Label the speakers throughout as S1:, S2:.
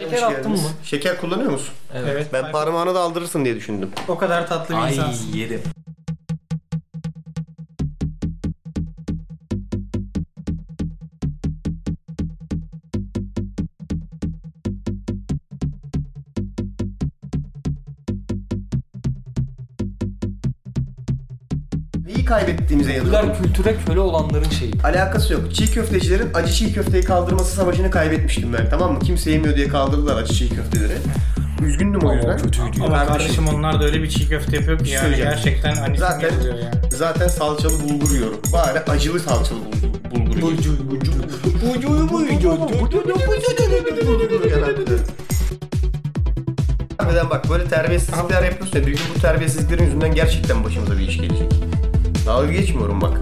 S1: Şeker attın mı?
S2: Şeker kullanıyor musun?
S1: Evet.
S3: Evet.
S2: Ben parmağını da aldırırsın diye düşündüm.
S3: o kadar tatlı bir
S1: Ay
S3: insansın.
S1: yerim.
S2: Neyi kaybettiğimize yanıyorum.
S1: Popüler kültüre köle olanların şeyi.
S2: Alakası yok. Çiğ köftecilerin acı çiğ köfteyi kaldırması savaşını kaybetmiştim ben tamam mı? Kimse yemiyor diye kaldırdılar acı çiğ köfteleri. Üzgündüm o yüzden.
S1: kötüydü
S3: Ama kardeşim onlar da öyle bir çiğ köfte yapıyor ki
S2: şey
S3: yani
S2: söyleyeceğim.
S3: gerçekten hani
S2: Zaten
S3: yapılıyor yani.
S2: zaten salçalı bulgur yiyorum. Bari acılı salçalı bulgur, bulgur yiyorum. Bulgur yarattı. Harbiden bak böyle terbiyesizlikler yapıyorsun ya bir gün bu terbiyesizliklerin yüzünden gerçekten başımıza bir iş gelecek. Dalga geçmiyorum bak.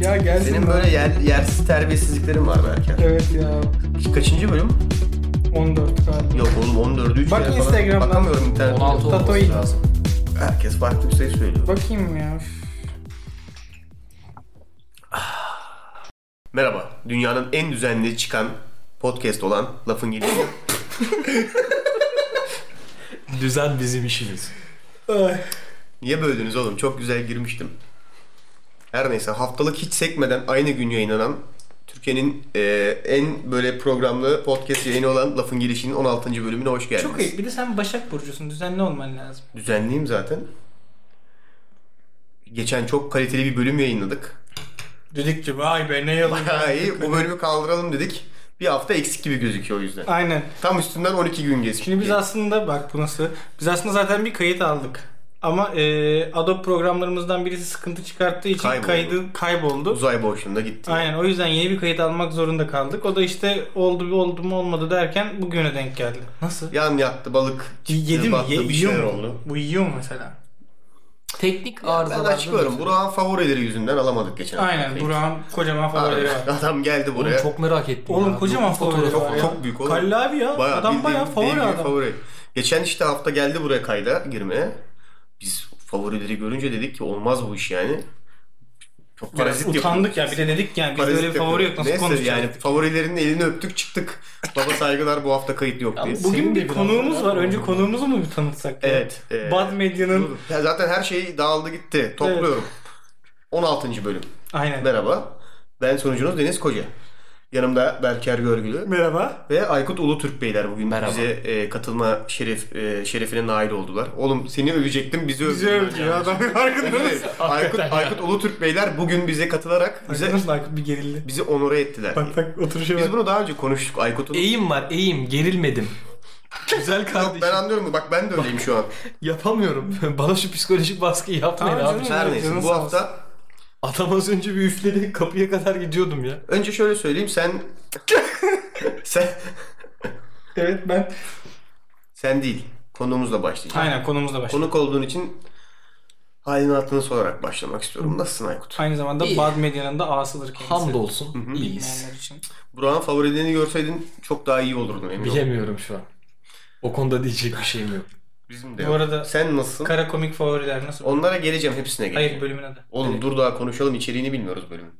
S3: Ya gelsin.
S2: Senin böyle yer, yersiz terbiyesizliklerin var belki.
S3: Evet ya.
S2: Kaçıncı bölüm?
S3: 14 galiba.
S2: Yok oğlum 14'ü 3
S3: Bak
S2: kere falan.
S3: Instagram'dan.
S2: Bakamıyorum internet.
S1: 16
S3: Tatoy.
S1: olması lazım.
S2: Herkes farklı bir şey söylüyor.
S3: Bakayım ya. üf.
S2: Merhaba. Dünyanın en düzenli çıkan podcast olan Lafın Gelişi.
S1: Düzen bizim işimiz.
S2: Niye böldünüz oğlum? Çok güzel girmiştim. Her neyse haftalık hiç sekmeden aynı gün yayınlanan Türkiye'nin e, en böyle programlı podcast yayını olan Lafın Gelişi'nin 16. bölümüne hoş geldiniz.
S3: Çok iyi. Bir de sen Başak Burcu'sun. Düzenli olman lazım.
S2: Düzenliyim zaten. Geçen çok kaliteli bir bölüm yayınladık.
S3: Dedik ki vay be ne yalan.
S2: Bayağı iyi. Bu bölümü kaldıralım dedik. Bir hafta eksik gibi gözüküyor o yüzden.
S3: Aynen.
S2: Tam üstünden 12 gün geçti.
S3: Şimdi biz aslında bak bu nasıl? Biz aslında zaten bir kayıt aldık. Ama e, Adobe programlarımızdan birisi sıkıntı çıkarttığı için
S2: Kayboldu.
S3: kaydı kayboldu.
S2: uzay boşluğunda gitti.
S3: Aynen o yüzden yeni bir kayıt almak zorunda kaldık. O da işte oldu bir oldu mu olmadı derken bugüne denk geldi. Nasıl?
S2: Yan yattı balık. çıktı,
S3: Yedi mi?
S2: battı,
S3: Ye-
S2: bir
S3: yiyor
S2: şeyler
S3: mu?
S2: oldu.
S3: Bu yiyor mu mesela?
S1: Teknik
S2: Ben
S1: arızalar.
S2: açıklıyorum. Burak'ın favorileri yüzünden alamadık geçen hafta.
S3: Aynen
S2: Peki.
S3: Burak'ın kocaman favorileri var.
S2: Abi, Adam geldi buraya.
S1: Oğlum çok merak ettim.
S3: Oğlum
S1: ya.
S3: kocaman
S1: Bu fotoğrafı
S3: favori var
S2: çok,
S3: ya.
S2: çok büyük oğlum.
S3: Kalli abi ya.
S2: Bayağı
S3: adam
S2: bildiğin-
S3: bayağı favori
S2: bildiğin
S3: adam.
S2: favori. Geçen işte hafta geldi buraya kayda girmeye. Biz favorileri görünce dedik ki olmaz bu iş yani. Çok
S3: Biraz
S2: parazit
S3: utandık
S2: yapıyoruz.
S3: ya bir de dedik yani bizde
S2: Parazit
S3: öyle bir favori yok
S2: yapıyoruz.
S3: nasıl
S2: Neyse
S3: konuşacağız.
S2: yani favorilerinin elini öptük çıktık. Baba saygılar bu hafta kayıt yok diye.
S1: Yalnız-
S3: Bugün
S1: Senin de
S3: bir
S1: biraz
S3: konuğumuz
S1: daha
S3: var.
S1: var.
S3: Önce konuğumuzu mu bir tanıtsak? ya?
S2: Evet. e,
S3: Bad Medya'nın
S2: dur. Ya zaten her şey dağıldı gitti. Topluyorum. 16. bölüm.
S3: aynen.
S2: Merhaba. Ben sunucunuz Deniz Koca. Yanımda Berker Görgülü
S3: Merhaba.
S2: ve Aykut Ulutürk Beyler bugün
S1: Merhaba.
S2: bize e, katılma şeref e, şerefine nail oldular. Oğlum seni övecektim, bizi övdüler.
S3: Bizi övdü ya adam farkında mısın?
S2: Aykut, Aykut Ulutürk Beyler bugün bize katılarak bize
S3: Bize... Nasıl Aykut bir gerildi?
S2: bizi onore ettiler.
S3: Bak bak oturuşa
S2: Biz
S3: bak.
S2: bunu daha önce konuştuk Aykut'un.
S1: Eğim var eğim gerilmedim. Güzel
S2: Yok,
S1: kardeşim.
S2: ben anlıyorum bak ben de öyleyim şu an.
S1: Yapamıyorum. Bana şu psikolojik baskıyı yapmayın
S3: Tamam
S1: abi.
S3: canım.
S2: Her neyse
S3: Canın
S2: bu
S3: sağ
S2: hafta
S1: Adam az önce bir üfledi kapıya kadar gidiyordum ya.
S2: önce şöyle söyleyeyim sen sen
S3: Evet ben.
S2: sen değil konuğumuzla başlayacağım.
S3: Aynen konumuzla başladık.
S2: Konuk olduğun için halini hatırını sorarak başlamak istiyorum. Nasılsın Aykut?
S3: Aynı zamanda
S1: İyi.
S3: Bad Medya'nın da ağasıdır kendisi.
S1: Hamdolsun iyiyiz.
S3: Bilmeyenler için.
S2: Burak'ın favorilerini görseydin çok daha iyi olurdun emin ol.
S1: Bilemiyorum şu an. O konuda diyecek bir şeyim yok.
S2: Bizim
S3: Bu
S2: de yok.
S3: arada-
S2: Sen nasılsın?
S3: Kara komik favoriler nasıl?
S2: Onlara geleceğim hepsine geleceğim.
S3: Hayır bölümün adı.
S2: Oğlum dur daha konuşalım içeriğini bilmiyoruz bölümün.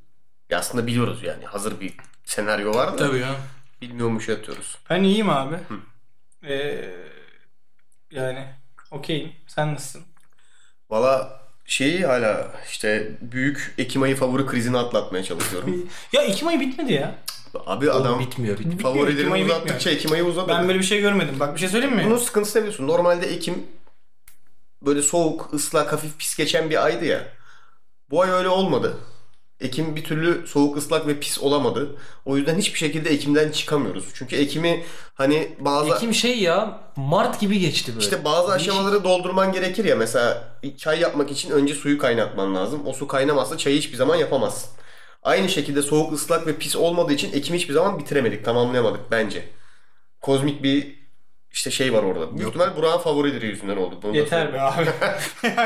S2: Ya aslında biliyoruz yani hazır bir senaryo var da
S3: ya.
S2: bilmiyormuş atıyoruz.
S3: Ben iyiyim abi. Ee, yani okeyim. Sen nasılsın?
S2: Valla şeyi hala işte büyük Ekim ayı favori krizini atlatmaya çalışıyorum.
S3: Ya Ekim ayı bitmedi ya.
S2: Abi
S1: Adam
S2: adam
S1: bitmiyor bitmiyor.
S3: Ekim
S2: favorilerini
S3: ayı bitmiyor.
S2: uzattıkça Ekim ayı uzadı.
S3: Ben böyle bir şey görmedim. Bak bir şey söyleyeyim mi?
S2: Bunun sıkıntısı ne biliyorsun? Normalde Ekim böyle soğuk, ıslak, hafif pis geçen bir aydı ya. Bu ay öyle olmadı. Ekim bir türlü soğuk, ıslak ve pis olamadı. O yüzden hiçbir şekilde Ekim'den çıkamıyoruz. Çünkü Ekim'i hani bazı
S1: Ekim şey ya Mart gibi geçti böyle.
S2: işte bazı
S1: Değişik.
S3: şey-
S2: aşamaları doldurman gerekir ya. Mesela çay yapmak için önce suyu kaynatman lazım. O su kaynamazsa çayı hiçbir zaman yapamazsın. Aynı şekilde soğuk, ıslak ve pis olmadığı için Ekim hiçbir zaman bitiremedik, tamamlayamadık bence. Kozmik bir işte şey var orada. Büyük ihtimal Burak'ın favorileri yüzünden oldu. Bunu da
S3: Yeter
S2: söyleyeyim.
S3: be abi.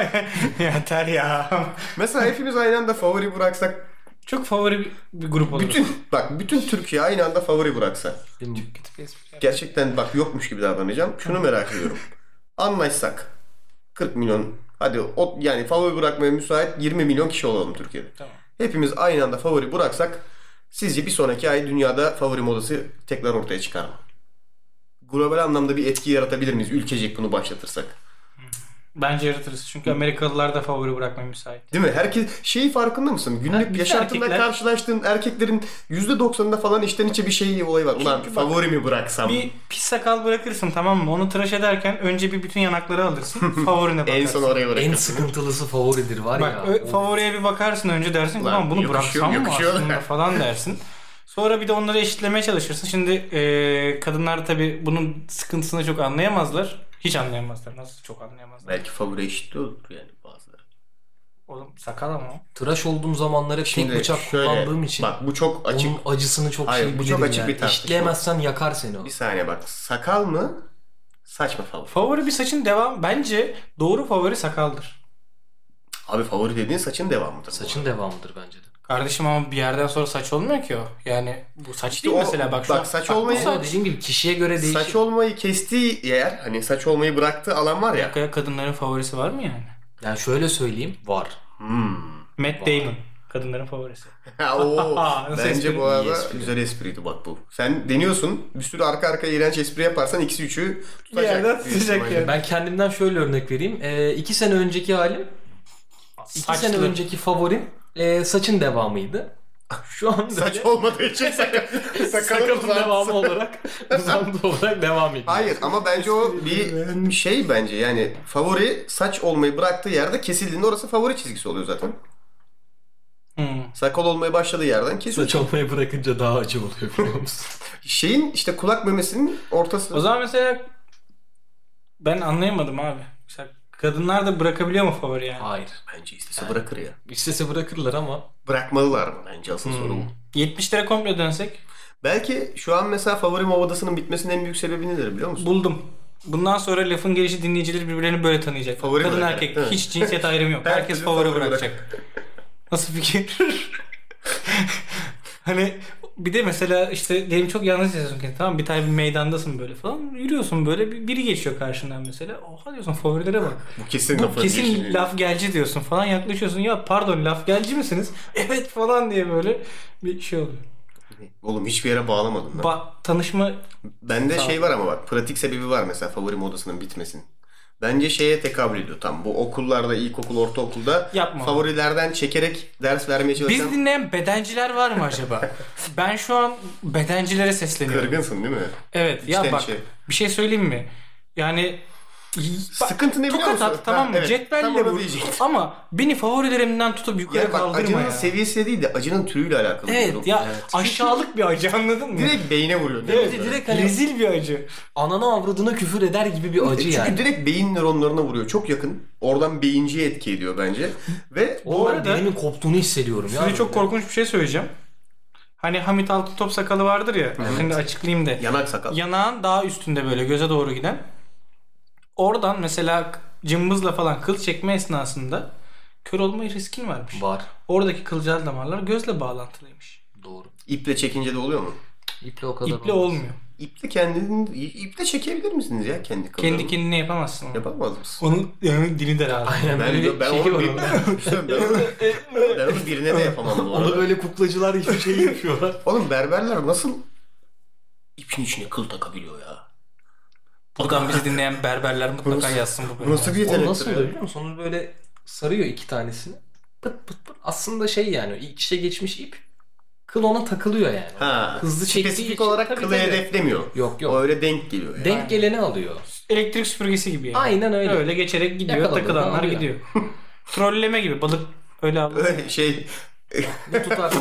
S3: Yeter ya.
S2: Mesela hepimiz aynı anda favori bıraksak
S3: Çok favori bir, bir grup olur.
S2: bütün bak bütün Türkiye aynı anda favori bıraksa.
S1: Benim-
S2: Gerçekten bak yokmuş gibi davranacağım. Şunu merak ediyorum. Anlaşsak 40 milyon hadi o, yani favori bırakmaya müsait 20 milyon kişi olalım Türkiye'de.
S3: Tamam.
S2: Hepimiz aynı anda favori bıraksak sizce bir sonraki ay dünyada favori modası tekrar ortaya çıkar mı? global anlamda bir etki yaratabilir miyiz ülkecek bunu başlatırsak?
S3: Bence yaratırız. Çünkü Amerikalılar da favori bırakmaya müsait.
S2: Değil mi? Herkes şeyi farkında mısın? Günlük
S3: Ha, biz
S2: yaşantında
S3: erkekler-
S2: karşılaştığın erkeklerin %90'ında falan içten içe bir şey olayı var. Ulan
S3: Çünkü bak-
S2: favori mi bıraksam?
S3: Bir pis sakal bırakırsın tamam mı? Onu tıraş ederken önce bir bütün yanakları alırsın. Favorine bakarsın.
S2: En son oraya
S1: En
S2: bırakırsın.
S1: sıkıntılısı favoridir var
S3: Bak
S1: ya.
S3: ö- favoriye bir bakarsın önce dersin ki
S2: Ulan
S3: "Ulan bunu
S2: yakışıyor,
S3: bıraksam mı
S2: yakışıyor."
S3: aslında falan dersin. Sonra bir de onları eşitlemeye çalışırsın. Şimdi e, kadınlar tabi bunun sıkıntısını çok anlayamazlar. Hiç anlayamazlar. Nasıl çok anlayamazlar.
S2: Belki favori eşitli olur yani bazıları.
S3: Oğlum sakal ama.
S1: Tıraş olduğum zamanlara tek bıçak
S2: şöyle,
S1: kullandığım için
S2: Bak bu çok açık.
S1: onun acısını çok
S2: Hayır,
S1: şey
S2: bu
S1: bilirim
S2: çok açık
S1: yani.
S2: bir tartışma.
S1: İşleyemezsen yakar seni o.
S2: Bir saniye bak. Sakal mı? Saç mı favori?
S3: Favori bir saçın devam. Bence doğru favori sakaldır.
S2: Abi favori dediğin saçın devamıdır. bu
S1: Saçın devamıdır bence de.
S3: Kardeşim ama bir yerden sonra saç olmuyor ki o. Yani bu saç değil
S2: o-
S3: mesela bak şu
S2: bak
S3: an-
S2: saç
S3: bu
S2: olmayı-
S1: Ama dediğim gibi kişiye göre değişir.
S2: Saç olmayı kestiği yer hani saç olmayı bıraktığı alan var
S3: Bir
S2: ya.
S3: dakika ya, kadınların favorisi var mı yani?
S1: Yani şöyle söyleyeyim var.
S2: Hmm.
S3: Matt Damon. Kadınların favorisi.
S2: Oo,
S3: Nasıl
S2: bence
S3: espri?
S2: bu arada
S1: İyi espri.
S2: güzel espriydi bak bu. Sen deniyorsun bir sürü arka arka iğrenç espri yaparsan ikisi üçü tutacak.
S3: yerden
S2: büyük
S3: tutacak
S2: ihtimalle.
S3: yani.
S1: Ben kendimden şöyle örnek vereyim. Ee, iki sene önceki halim, iki
S3: Saçlı.
S1: sene önceki favorim e, saçın devamıydı. Şu an
S2: Saç
S1: böyle
S2: olmadığı için sakal,
S1: sakalın devamı olarak uzantı olarak devam ediyor.
S2: Hayır ama bence o bir şey bence yani favori saç olmayı bıraktığı yerde kesildiğinde orası favori çizgisi oluyor zaten.
S3: Hmm.
S2: Sakal olmaya başladığı yerden kesiyor.
S1: Saç olmayı bırakınca daha acı oluyor biliyor musun?
S2: Şeyin işte kulak memesinin ortası.
S3: O zaman mesela ben anlayamadım abi. Mesela kadınlar da bırakabiliyor mu favori yani?
S1: Hayır.
S2: Bence istese bırakır ya.
S1: İstese bırakırlar ama
S2: Bırakmalılar mı bence
S3: Hmm.
S2: asıl soru bu.
S3: 70'lere komple dönsek
S2: Belki şu an mesela favori Ovadası'nın bitmesinin en büyük sebebi nedir biliyor musun?
S3: buldum. Bundan sonra lafın gelişi dinleyicileri birbirlerini böyle tanıyacak.
S2: Favori
S3: Kadın
S2: bırakacak,
S3: erkek
S2: değil mi?
S3: hiç cinsiyet ayrımı yok.
S2: Herkes
S3: Herkes favori
S2: favori
S3: bırakacak. Nasıl fikir? hani bir de mesela işte diyelim çok yalnız yaşıyorsun kendini tamam mı? bir tane bir meydandasın böyle falan yürüyorsun böyle bir- biri geçiyor karşından mesela oha diyorsun favorilere bak
S2: Bu kesin
S3: Bu
S2: lafın
S3: kesin
S2: gelişi.
S3: laf gelci diyorsun falan yaklaşıyorsun. Ya pardon laf gelci misiniz? Evet falan diye böyle bir şey oluyor.
S2: Oğlum hiçbir yere bağlamadım ben.
S3: Bak tanışma
S2: Bende şey var ama bak pratik sebebi var mesela favori modasının bitmesinin. Bence şeye tekabül ediyor tam. Bu okullarda, ilkokul, ortaokulda
S3: Yapma.
S2: favorilerden çekerek ders vermeye çalışan
S3: biz dinleyen bedenciler var mı acaba? ben şu an bedencilere sesleniyorum.
S2: kırgınsın değil mi?
S3: Evet ya
S2: İçten
S3: bak
S2: içe.
S3: bir şey söyleyeyim mi? Yani bak,
S2: Sıkıntı ne biliyor
S3: tokat
S2: musun?
S3: at tamam
S2: Ha,
S3: mı?
S2: evet. Tam
S3: Cetvelle
S2: onu
S3: vur.
S2: diyecektim.
S3: Ama beni favorilerimden tutup yukarı
S2: Yani bak
S3: kaldırma
S2: acının
S3: ya.
S2: seviyesi değil de acının türüyle alakalı. diyorum.
S3: evet ya
S1: Evet.
S3: aşağılık bir acı anladın mı?
S2: Direkt beyine vuruyor.
S3: Evet,
S1: Bir de direkt hani
S3: Rezil bir acı.
S1: anana avradına küfür eder gibi bir acı
S2: E, Çünkü
S1: yani.
S2: direkt beyin nöronlarına vuruyor. Çok yakın. Oradan beyinciye etki ediyor bence. Ve
S1: O
S3: Bu
S1: arada
S3: arada-
S1: dilimin koptuğunu hissediyorum ya. e,
S3: Size çok korkunç bir şey söyleyeceğim. Hani Hamit Altıntop sakalı vardır ya. Şimdi açıklayayım da.
S2: yanak sakal.
S3: Yanağın daha üstünde böyle göze doğru giden. Oradan mesela cımbızla falan kıl çekme esnasında kör olma riskin varmış.
S1: Var.
S3: Oradaki kılcal damarlar gözle bağlantılıymış.
S1: Doğru.
S2: İple çekince de oluyor mu?
S1: İple o kadar
S3: İple
S1: olmaz.
S3: olmuyor.
S2: İple kendini iple çekebilir misiniz ya kendi kalanını?
S3: Kendi kendine yapamazsın onu.
S2: yapamaz mısın?
S3: Onun yani dili de lazım.
S1: Aynen
S2: Ben,
S1: böyle
S2: ben,
S1: şey
S2: onu,
S1: var
S2: bir-
S1: onun.
S2: ben, onu, ben onu birine de yapamam bu
S1: Onu
S2: arada.
S1: böyle kuklacılar gibi şey yapıyorlar.
S2: Oğlum berberler nasıl ipin içine kıl takabiliyor ya?
S3: Buradan bizi dinleyen berberler mutlaka
S2: Nasıl-
S3: yazsın bu
S2: Bu
S3: bölümü.
S2: nasıl bir
S1: o
S2: yetenektir
S1: nasıl
S2: ya?
S1: oluyor biliyor musun? Onu böyle sarıyor iki tanesini. Pıt pıt pıt. Aslında şey yani ilk işe geçmiş ip kıl ona takılıyor yani.
S2: Ha,
S1: Hızlı çektiği
S2: spesifik
S1: için
S2: olarak
S1: tabii,
S2: kılı
S1: tabii.
S2: hedeflemiyor.
S1: Yok yok.
S2: O öyle denk geliyor yani.
S1: Denk geleni alıyor.
S3: Elektrik süpürgesi gibi yani.
S1: Aynen öyle.
S3: Öyle, geçerek gidiyor.
S1: Yakaladığını
S3: takılanlar
S1: alıyor.
S3: gidiyor. Trolleme gibi balık öyle avlanıyor.
S2: Öyle şey
S1: Bu tutar.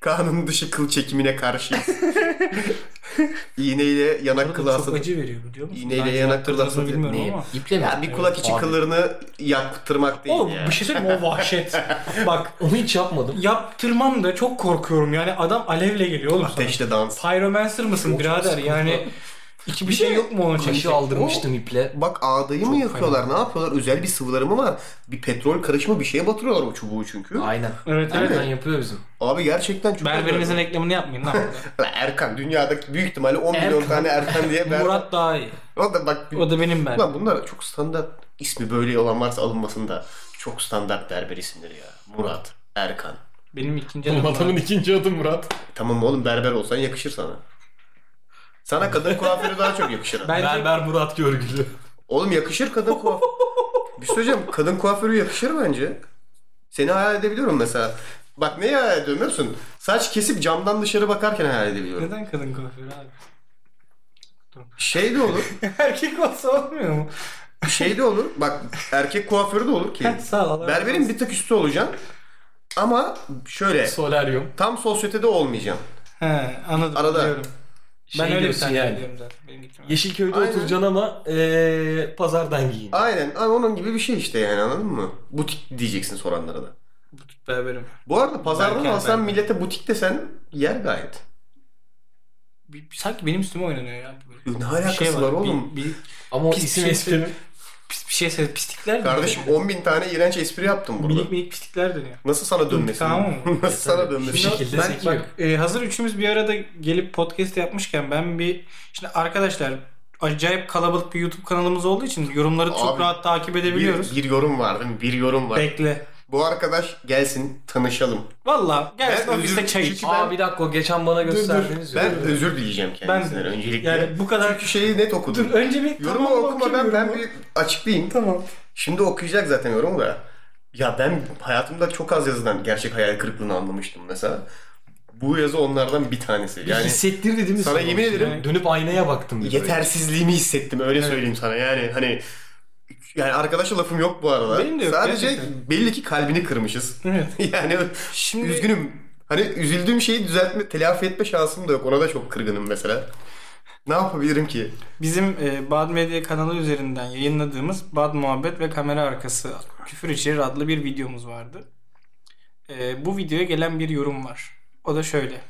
S2: kanun dışı kıl çekimine karşıyız. İğneyle yanak kılı
S3: Çok
S2: hasadı.
S3: acı veriyor biliyor musun?
S2: İğneyle
S3: Daha önce
S2: yanak
S3: yaptırdınız
S2: kırılası
S3: mı bilmiyorum
S2: niye?
S3: ama.
S1: İple mi?
S2: Ya bir kulak içi
S1: Abi,
S2: kıllarını yaktırmak değil
S3: Oğlum
S2: ya.
S3: bir şey söyleyeyim mi? o vahşet. Bak
S1: Onu hiç yapmadım.
S3: yaptırmam da çok korkuyorum yani adam alevle geliyor oğlum sana.
S2: Ateşle dans.
S3: Pyromancer mısın
S1: O çok
S3: birader
S1: sıkıntı.
S3: yani iki bir şey yok mu onun için?
S1: Kaşı
S2: Oh.
S1: aldırmıştım iple.
S2: Bak ağdayı mı yakıyorlar? Ne yapıyorlar? Özel bir sıvıları mı var? Bir petrol karışımı bir şeye batırıyorlar o çubuğu çünkü.
S1: Aynen.
S3: Evet
S1: Aynen
S3: evet.
S1: yapıyor bizim.
S2: Abi gerçekten çok
S3: Berberimizin reklamını yapmayın lan. burada.
S2: Lan Erkan dünyadaki büyük ihtimalle 10 milyon
S3: Erkan.
S2: tane Erkan diye berber.
S3: Murat daha iyi.
S2: O da bak
S3: O da benim
S2: Ulan
S3: ben.
S2: bunlar çok standart ismi böyle olan varsa alınmasında çok standart berber isimleri ya. Murat, Erkan.
S3: Benim ikinci adım. Murat.
S1: ikinci adı Murat.
S2: Tamam oğlum berber olsan yakışır sana. Sana kadın kuaförü daha çok yakışır.
S3: Bence
S1: Berber Murat Görgülü.
S2: Oğlum yakışır kadın kuaförü. Bir şey söyleyeceğim. Kadın kuaförü yakışır bence. Seni hayal edebiliyorum mesela. Bak neyi hayal ediyorum biliyor musun? Saç kesip camdan dışarı bakarken hayal edebiliyorum.
S3: neden kadın kuaförü abi?
S2: Şey de olur.
S3: Erkek olsa olmuyor mu?
S2: Şey de olur. Bak erkek kuaförü de olur ki.
S3: Sağ ol.
S2: Berberin bir tık üstü olacaksın. Ama şöyle
S1: Solaryum.
S2: tam sosyetede olmayacaksın.
S3: He, anladım.
S2: Arada.
S3: Biliyorum.
S1: Şey
S3: ben öyle bir
S1: diyorsun
S3: tane
S1: yani.
S3: biliyorum zaten. Benim gittim.
S1: Yeşilköy'de
S2: Aynen.
S1: oturacaksın ama ee, pazardan giyin.
S2: Aynen ama onun gibi bir şey işte yani anladın mı? Butik diyeceksin soranlara da.
S3: Butik berberim.
S2: Bu arada pazardan
S3: Berken,
S2: alsan
S3: berken.
S2: millete butik desen yer gayet.
S3: Bir- sanki benim üstüme oynanıyor ya. Böyle.
S2: E, Ne alakası var oğlum?
S3: Bir, bir,
S1: Ama o
S3: Pis
S1: isim
S3: şey
S1: espri
S3: söyle. pis- bir şey söyle. Pislikler dönüyor.
S2: Kardeşim 10 bin tane iğrenç espri yaptım burada.
S3: Minik minik pislikler dönüyor.
S2: Nasıl sana dönmesin?
S3: Tamam mı? E,
S2: Nasıl sana
S1: Bir
S2: dönmesin?
S1: şekilde
S3: ben,
S1: sekiyor.
S3: Bak, e, hazır üçümüz bir arada gelip podcast yapmışken ben bir şimdi arkadaşlar acayip kalabalık bir YouTube kanalımız olduğu için yorumları çok
S2: Abi,
S3: rahat takip edebiliyoruz.
S2: Bir, bir yorum var değil mi? Bir yorum var.
S3: Bekle.
S2: Bu arkadaş gelsin tanışalım.
S3: Valla gelsin
S2: Ben
S3: ofiste
S2: özür-
S3: çay iç.
S2: çünkü ben-
S1: Aa bir dakika o geçen bana gösterdiğiniz
S2: Ben
S1: yorum.
S2: özür dileyeceğim kendisine
S3: Ben-
S2: öncelikle.
S3: Yani bu kadar
S2: Çünkü şeyi net okudum.
S3: Dur önce bir
S2: Yorumu
S3: tamam,
S2: okuma ben,
S3: okuyayım
S2: ben
S3: yorumu.
S2: bir açıklayayım.
S3: Tamam.
S2: Şimdi okuyacak zaten yorumu da. Ya ben hayatımda çok az yazıdan gerçek hayal kırıklığını anlamıştım mesela. Bu yazı onlardan bir tanesi.
S1: yani,
S2: Yani
S1: hissettirdi değil mi?
S2: sana
S1: sana?
S2: yemin ederim
S1: Yani Dönüp aynaya baktım. bir böyle.
S2: yetersizliğimi hissettim öyle söyleyeyim sana. Yani hani yani arkadaşa lafım yok bu arada.
S3: Benim de yok,
S2: Sadece
S3: gerçekten.
S2: belli ki kalbini kırmışız.
S3: Evet.
S2: yani
S3: Şimdi
S2: üzgünüm. Hani üzüldüğüm şeyi düzeltme, telafi etme şansım da yok. Ona da çok kırgınım mesela. Ne yapabilirim ki?
S3: bizim e, Bad Medya kanalı üzerinden yayınladığımız Bad Muhabbet ve Kamera Arkası Küfür İçerir adlı bir videomuz vardı. E, bu videoya gelen bir yorum var. O da şöyle.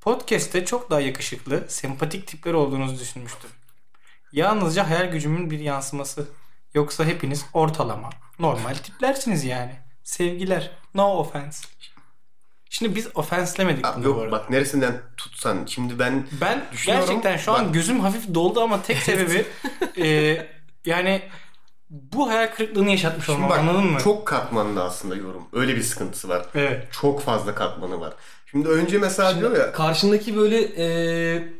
S3: Podcast'te çok daha yakışıklı, sempatik tipler olduğunuzu düşünmüştüm. Yalnızca hayal gücümün bir yansıması. Yoksa hepiniz ortalama, normal tiplersiniz yani. Sevgiler. No offense. Şimdi biz offenselemedik
S2: Abi
S3: bunu bu
S2: yok
S3: arada.
S2: bak neresinden tutsan. Şimdi ben
S3: Ben
S2: Düşünüyorum.
S3: gerçekten şu an
S2: Bak.
S3: gözüm hafif doldu ama tek sebebi e, yani bu hayal kırıklığını yaşatmış
S2: Şimdi
S3: olmam
S2: bak
S3: anladın mı?
S2: çok katmanlı aslında yorum. Öyle bir sıkıntısı var.
S3: Evet.
S2: Çok fazla katmanı var. Şimdi önce mesela
S1: Şimdi
S2: diyor ya
S1: Karşındaki böyle e,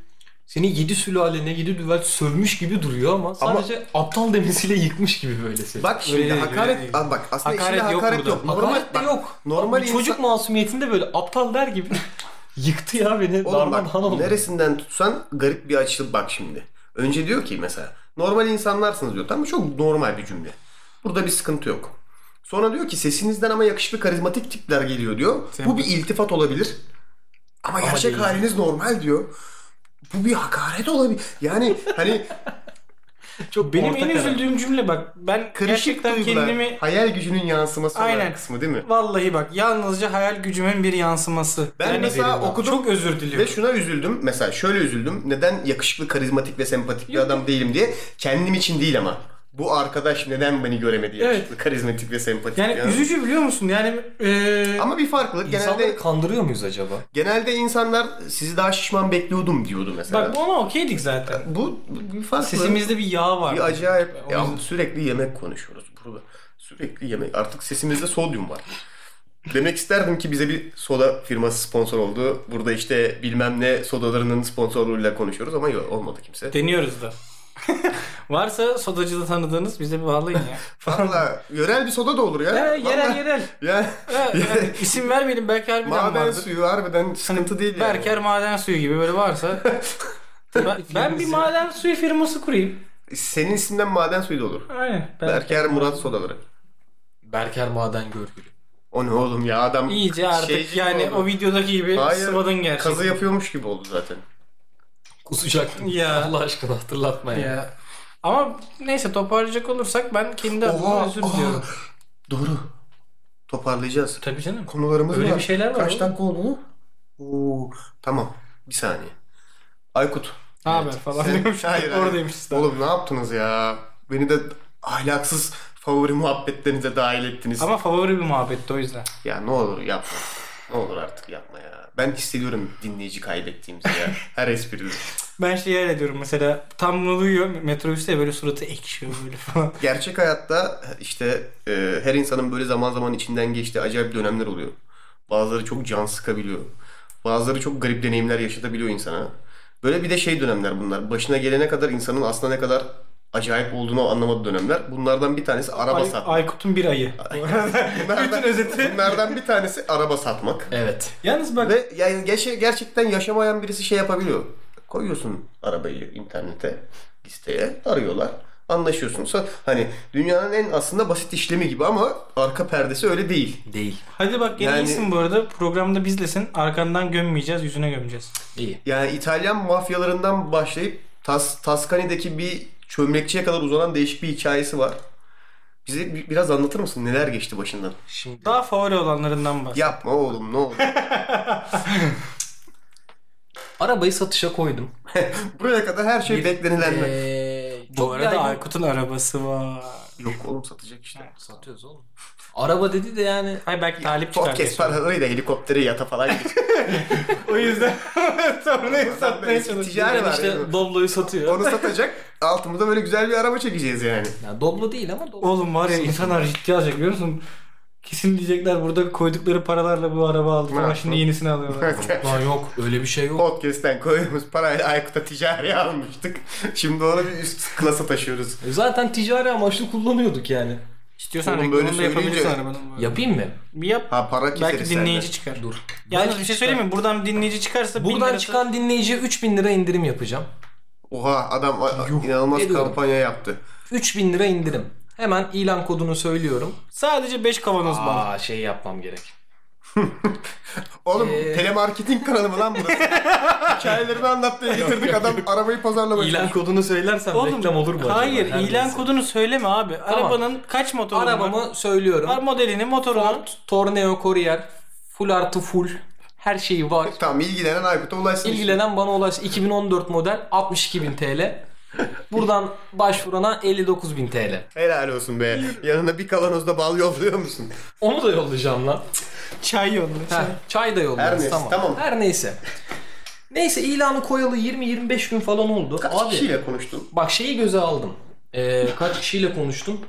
S1: seni yedi sülalene yedi düvel sövmüş gibi duruyor ama sadece aptal demesiyle yıkmış gibi böyle seni.
S2: bak şimdi
S3: değil,
S2: hakaret
S3: öyle değil.
S2: Aa, bak aslında
S3: Hakaret
S2: hakaret
S3: yok
S2: hakaret
S3: burada.
S2: yok.
S1: Hakaret
S2: Normal,
S1: de
S2: bak,
S1: yok.
S2: normal
S1: Bir
S2: insan-
S1: çocuk masumiyetinde böyle aptal der gibi yıktı ya beni.
S2: Oğlum
S1: Darmadan
S2: bak
S1: oldu.
S2: neresinden tutsan garip bir açı bak şimdi. Önce diyor ki mesela normal insanlarsınız diyor. Tamam çok normal bir cümle. Burada bir sıkıntı yok. Sonra diyor ki sesinizden ama yakışıklı karizmatik tipler geliyor diyor. Bu bir iltifat olabilir. Ama gerçek
S1: değil.
S2: haliniz normal diyor. Bu bir hakaret olabilir. Yani hani
S1: Çok
S3: Benim
S1: orta
S3: en
S1: karar.
S3: üzüldüğüm cümle bak ben
S2: kırışık
S3: gerçekten
S2: duygular,
S3: kendimi
S2: hayal gücünün yansıması olan
S3: Aynen.
S2: kısmı değil mi?
S3: vallahi bak yalnızca hayal gücümün bir yansıması.
S2: Ben mesela
S3: derim abi.
S2: okudum
S3: çok özür
S2: Ve
S3: diliyorum.
S2: şuna üzüldüm. Mesela şöyle üzüldüm. Neden yakışıklı, karizmatik ve sempatik bir adam değilim diye. Kendim için değil ama. Bu arkadaş neden beni göremedi yakışıklı, karizmatik ve sempatik
S3: yani
S2: bir adam?
S3: üzücü biliyor musun? Yani e,
S2: Ama bir farklılık.
S1: İnsanları
S2: Genelde
S1: kandırıyor muyuz acaba?
S2: genelde insanlar sizi daha şişman bekliyordum diyordu mesela.
S3: bak bu ona okeydik zaten.
S2: bu, bu bir farklılık.
S3: Sesimizde bir yağ var.
S2: bir acayip.
S3: O
S2: Ya
S3: yüzden-
S2: sürekli yemek konuşuyoruz burada. Sürekli yemek. Artık sesimizde sodyum var. Demek isterdim ki bize bir soda firması sponsor oldu. Burada işte bilmem ne sodalarının sponsorluğuyla konuşuyoruz ama yok olmadı kimse.
S3: Deniyoruz da. Varsa sodacıda tanıdığınız bize bir bağlayın ya.
S2: Valla yerel bir soda da olur ya.
S3: Ee, yerel
S2: Vallahi-
S3: yerel.
S2: Ya
S3: Evet, yani isim vermeyelim belki harbiden
S2: maden
S3: vardır. Hani
S2: suyu harbiden sıkıntı değil yani.
S3: Berker maden suyu gibi böyle varsa. ben, ben bir maden suyu firması kurayım.
S2: Senin isminden maden suyu da olur.
S3: Aynen. Ben
S2: Berker Murat sodaları.
S1: Berker Maden Görgülü.
S2: O ne oğlum ya adam
S3: iyice artık
S2: şeyci
S3: yani
S2: oldu.
S3: o videodaki gibi
S2: Hayır,
S3: sıvadın gerçekten.
S2: kazı yapıyormuş gibi oldu zaten.
S1: Kusacaktım.
S3: Ya.
S1: Allah aşkına hatırlatma ya.
S3: Ya. Ama neyse toparlayacak olursak ben kendi adıma
S2: Oha,
S3: özür
S2: oha.
S3: diliyorum.
S2: Doğru. Toparlayacağız.
S3: Tabii canım.
S2: Konularımız
S3: Öyle
S2: var.
S3: bir şeyler var
S2: Kaç
S3: oğlum.
S2: dakika oldu? Oo, tamam. Bir saniye. Aykut.
S3: Ne haber falan
S2: Sen-
S3: diyormuş.
S2: Hayır, hayır.
S3: Oradaymışız. tabii.
S2: Oğlum ne yaptınız ya? Beni de ahlaksız favori muhabbetlerinize dahil ettiniz.
S3: Ama favori bir muhabbetti o yüzden.
S2: Ya ne olur yapma. Ne olur artık yapma ya. Ben hissediyorum dinleyici kaybettiğimizi ya. Her espride.
S3: Ben şey hayal ediyorum mesela tam bunu duyuyor metrobüste ya böyle suratı ekşiyor böyle falan.
S2: Gerçek hayatta işte e, her insanın böyle zaman zaman içinden geçtiği acayip dönemler oluyor. Bazıları çok can sıkabiliyor. Bazıları çok garip deneyimler yaşatabiliyor insana. Böyle bir de şey dönemler bunlar. Başına gelene kadar insanın aslında ne kadar acayip olduğunu anlamadığı dönemler. Bunlardan bir tanesi araba
S3: Ay-
S2: satmak.
S3: Aykut'un bir ayı.
S2: Bunlardan-
S3: Bütün özeti.
S2: Bunlardan bir tanesi araba satmak.
S1: Evet.
S3: Yalnız bak
S2: Ve yani gerçe- gerçekten yaşamayan birisi şey yapabiliyor. Koyuyorsun arabayı internete, listeye, arıyorlar. Anlaşıyorsun. Sa- Hani dünyanın en aslında basit işlemi gibi ama arka perdesi öyle değil.
S1: Değil.
S3: hadi bak gene
S2: Yani-
S3: iyisin bu arada. Programda bizlesin. Arkandan gömmeyeceğiz. Yüzüne gömeceğiz.
S1: İyi.
S2: Yani İtalyan mafyalarından başlayıp Tas Taskani'deki bir çömlekçiye kadar uzanan değişik bir hikayesi var. Bize bi- biraz anlatır mısın? Neler geçti başından?
S1: Şimdi
S3: Daha favori olanlarından bahset.
S2: Yapma oğlum ne oldu?
S1: arabayı satışa koydum.
S2: Buraya kadar her şey beklenilenler.
S1: Ee,
S3: Bu
S1: çok
S3: arada
S1: yaygın-
S3: Aykut'un arabası var.
S2: Yok oğlum satacak işte.
S1: Satıyoruz oğlum. Araba dedi de yani
S3: Hayır belki talip çıkar.
S2: Podcast paralarıyla helikoptere yata falan gidiyor.
S3: O yüzden tornayı
S2: satmaya çalışıyor. Ticari var yani.
S1: işte Doblo'yu satıyor.
S2: Onu satacak. Altımıza böyle güzel bir araba çekeceğiz yani.
S1: Yani Doblo değil ama Doblo.
S3: Oğlum var ya insanlar ciddi alacak biliyor musun? Kesin diyecekler burada koydukları paralarla bu araba aldık ama
S2: Ha,
S3: şimdi
S2: ha.
S3: yenisini alıyorlar.
S1: Lan yok öyle bir şey yok.
S2: Podcast'ten koyduğumuz parayla Aykut'a ticari almıştık. Şimdi onu bir üst klasa taşıyoruz.
S1: E Zaten ticari amaçlı kullanıyorduk yani.
S3: İstiyorsan
S2: Oğlum böyle
S3: reklamını da
S2: söyleyince-
S3: yapabilirsin arabanın. Yap.
S1: Yapayım mı?
S3: Bir yap.
S2: Ha para keseriz
S3: Belki
S2: senden.
S3: dinleyici çıkar.
S1: Dur.
S3: Yalnız
S1: Belki
S3: bir şey söyleyeyim mi? Buradan dinleyici çıkarsa bin
S1: Buradan
S3: lirası-
S1: çıkan dinleyiciye 3000 lira indirim yapacağım.
S2: Oha adam a- inanılmaz
S1: Geliyorum.
S2: kampanya yaptı.
S1: 3000 lira indirim. Hemen ilan kodunu söylüyorum.
S3: sadece 5 kavanoz bal.
S1: Aa şey yapmam gerek.
S2: Oğlum
S1: Ee.
S2: telemarketing kanalı mı lan burası? Hikayelerini anlatmaya getirdik adam arabayı pazarlamaya
S1: İlan
S2: çalışıyor.
S1: kodunu söylersem reklam olur mu acaba?
S3: Hayır,
S1: Her
S3: ilan
S1: neyse.
S3: kodunu söyleme abi. Arabanın kaç motoru var?
S1: Arabamı söylüyorum.
S3: Var modelini, motorunu.
S1: Ford, Torneo, Courier, full artı full. Her şeyi var.
S2: Tamam ilgilenen Aykut'a ulaşsın. işte.
S1: İlgilenen bana ulaş. 2014 model 62.000 TL. Buradan başvurana 59.000 TL.
S2: Helal olsun be. Yanına bir kavanoz da bal yolluyor musun?
S1: Onu da yollayacağım lan.
S3: Çay yolla.
S1: Heh,
S3: çay.
S1: çay da yollarız
S2: Her neyse,
S1: tamam.
S2: tamam.
S1: Her neyse. Neyse ilanı koyalı 20-25 gün falan oldu.
S2: Kaç
S1: Abi
S2: kişiyle konuştun?
S1: bak şeyi göze aldım. Ee, kaç kişiyle konuştum?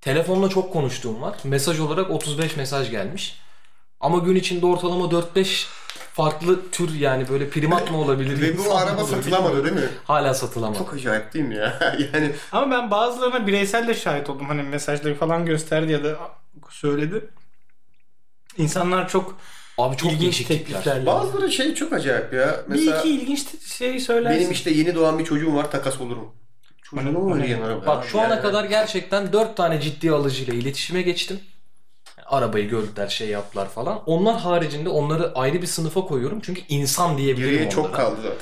S1: Telefonla çok konuştuğum var. Mesaj olarak 35 mesaj gelmiş. Ama gün içinde ortalama 4-5 farklı tür yani böyle primat mı olabilir?
S2: Ve bu
S1: insan mı
S2: araba
S1: olabilir?
S2: satılamadı değil mi?
S1: Hala satılamadı.
S2: Çok acayip değil mi ya? yani
S3: Ama ben bazılarına bireysel de şahit oldum. Hani mesajları falan gösterdi ya da söyledi. İnsanlar çok,
S1: Abi çok
S3: ilginç
S1: değişik tipler.
S3: tekliflerle.
S2: bazıları şey çok acayip ya.
S3: bir
S2: Mesela
S3: iki ilginç te- şey söylersin.
S2: benim işte yeni doğan bir çocuğum var takas olur mu? Çocuğuna mı
S3: Hani-
S2: öyle yeni araba?
S1: Bak şu
S2: Yani-
S1: ana kadar gerçekten 4 tane ciddi alıcıyla iletişime geçtim. Arabayı gördüler, şey yaptılar falan. Onlar haricinde onları ayrı bir sınıfa koyuyorum. Çünkü insan diyebilirim
S2: Geriye çok
S1: onlara.
S2: kaldı zaten.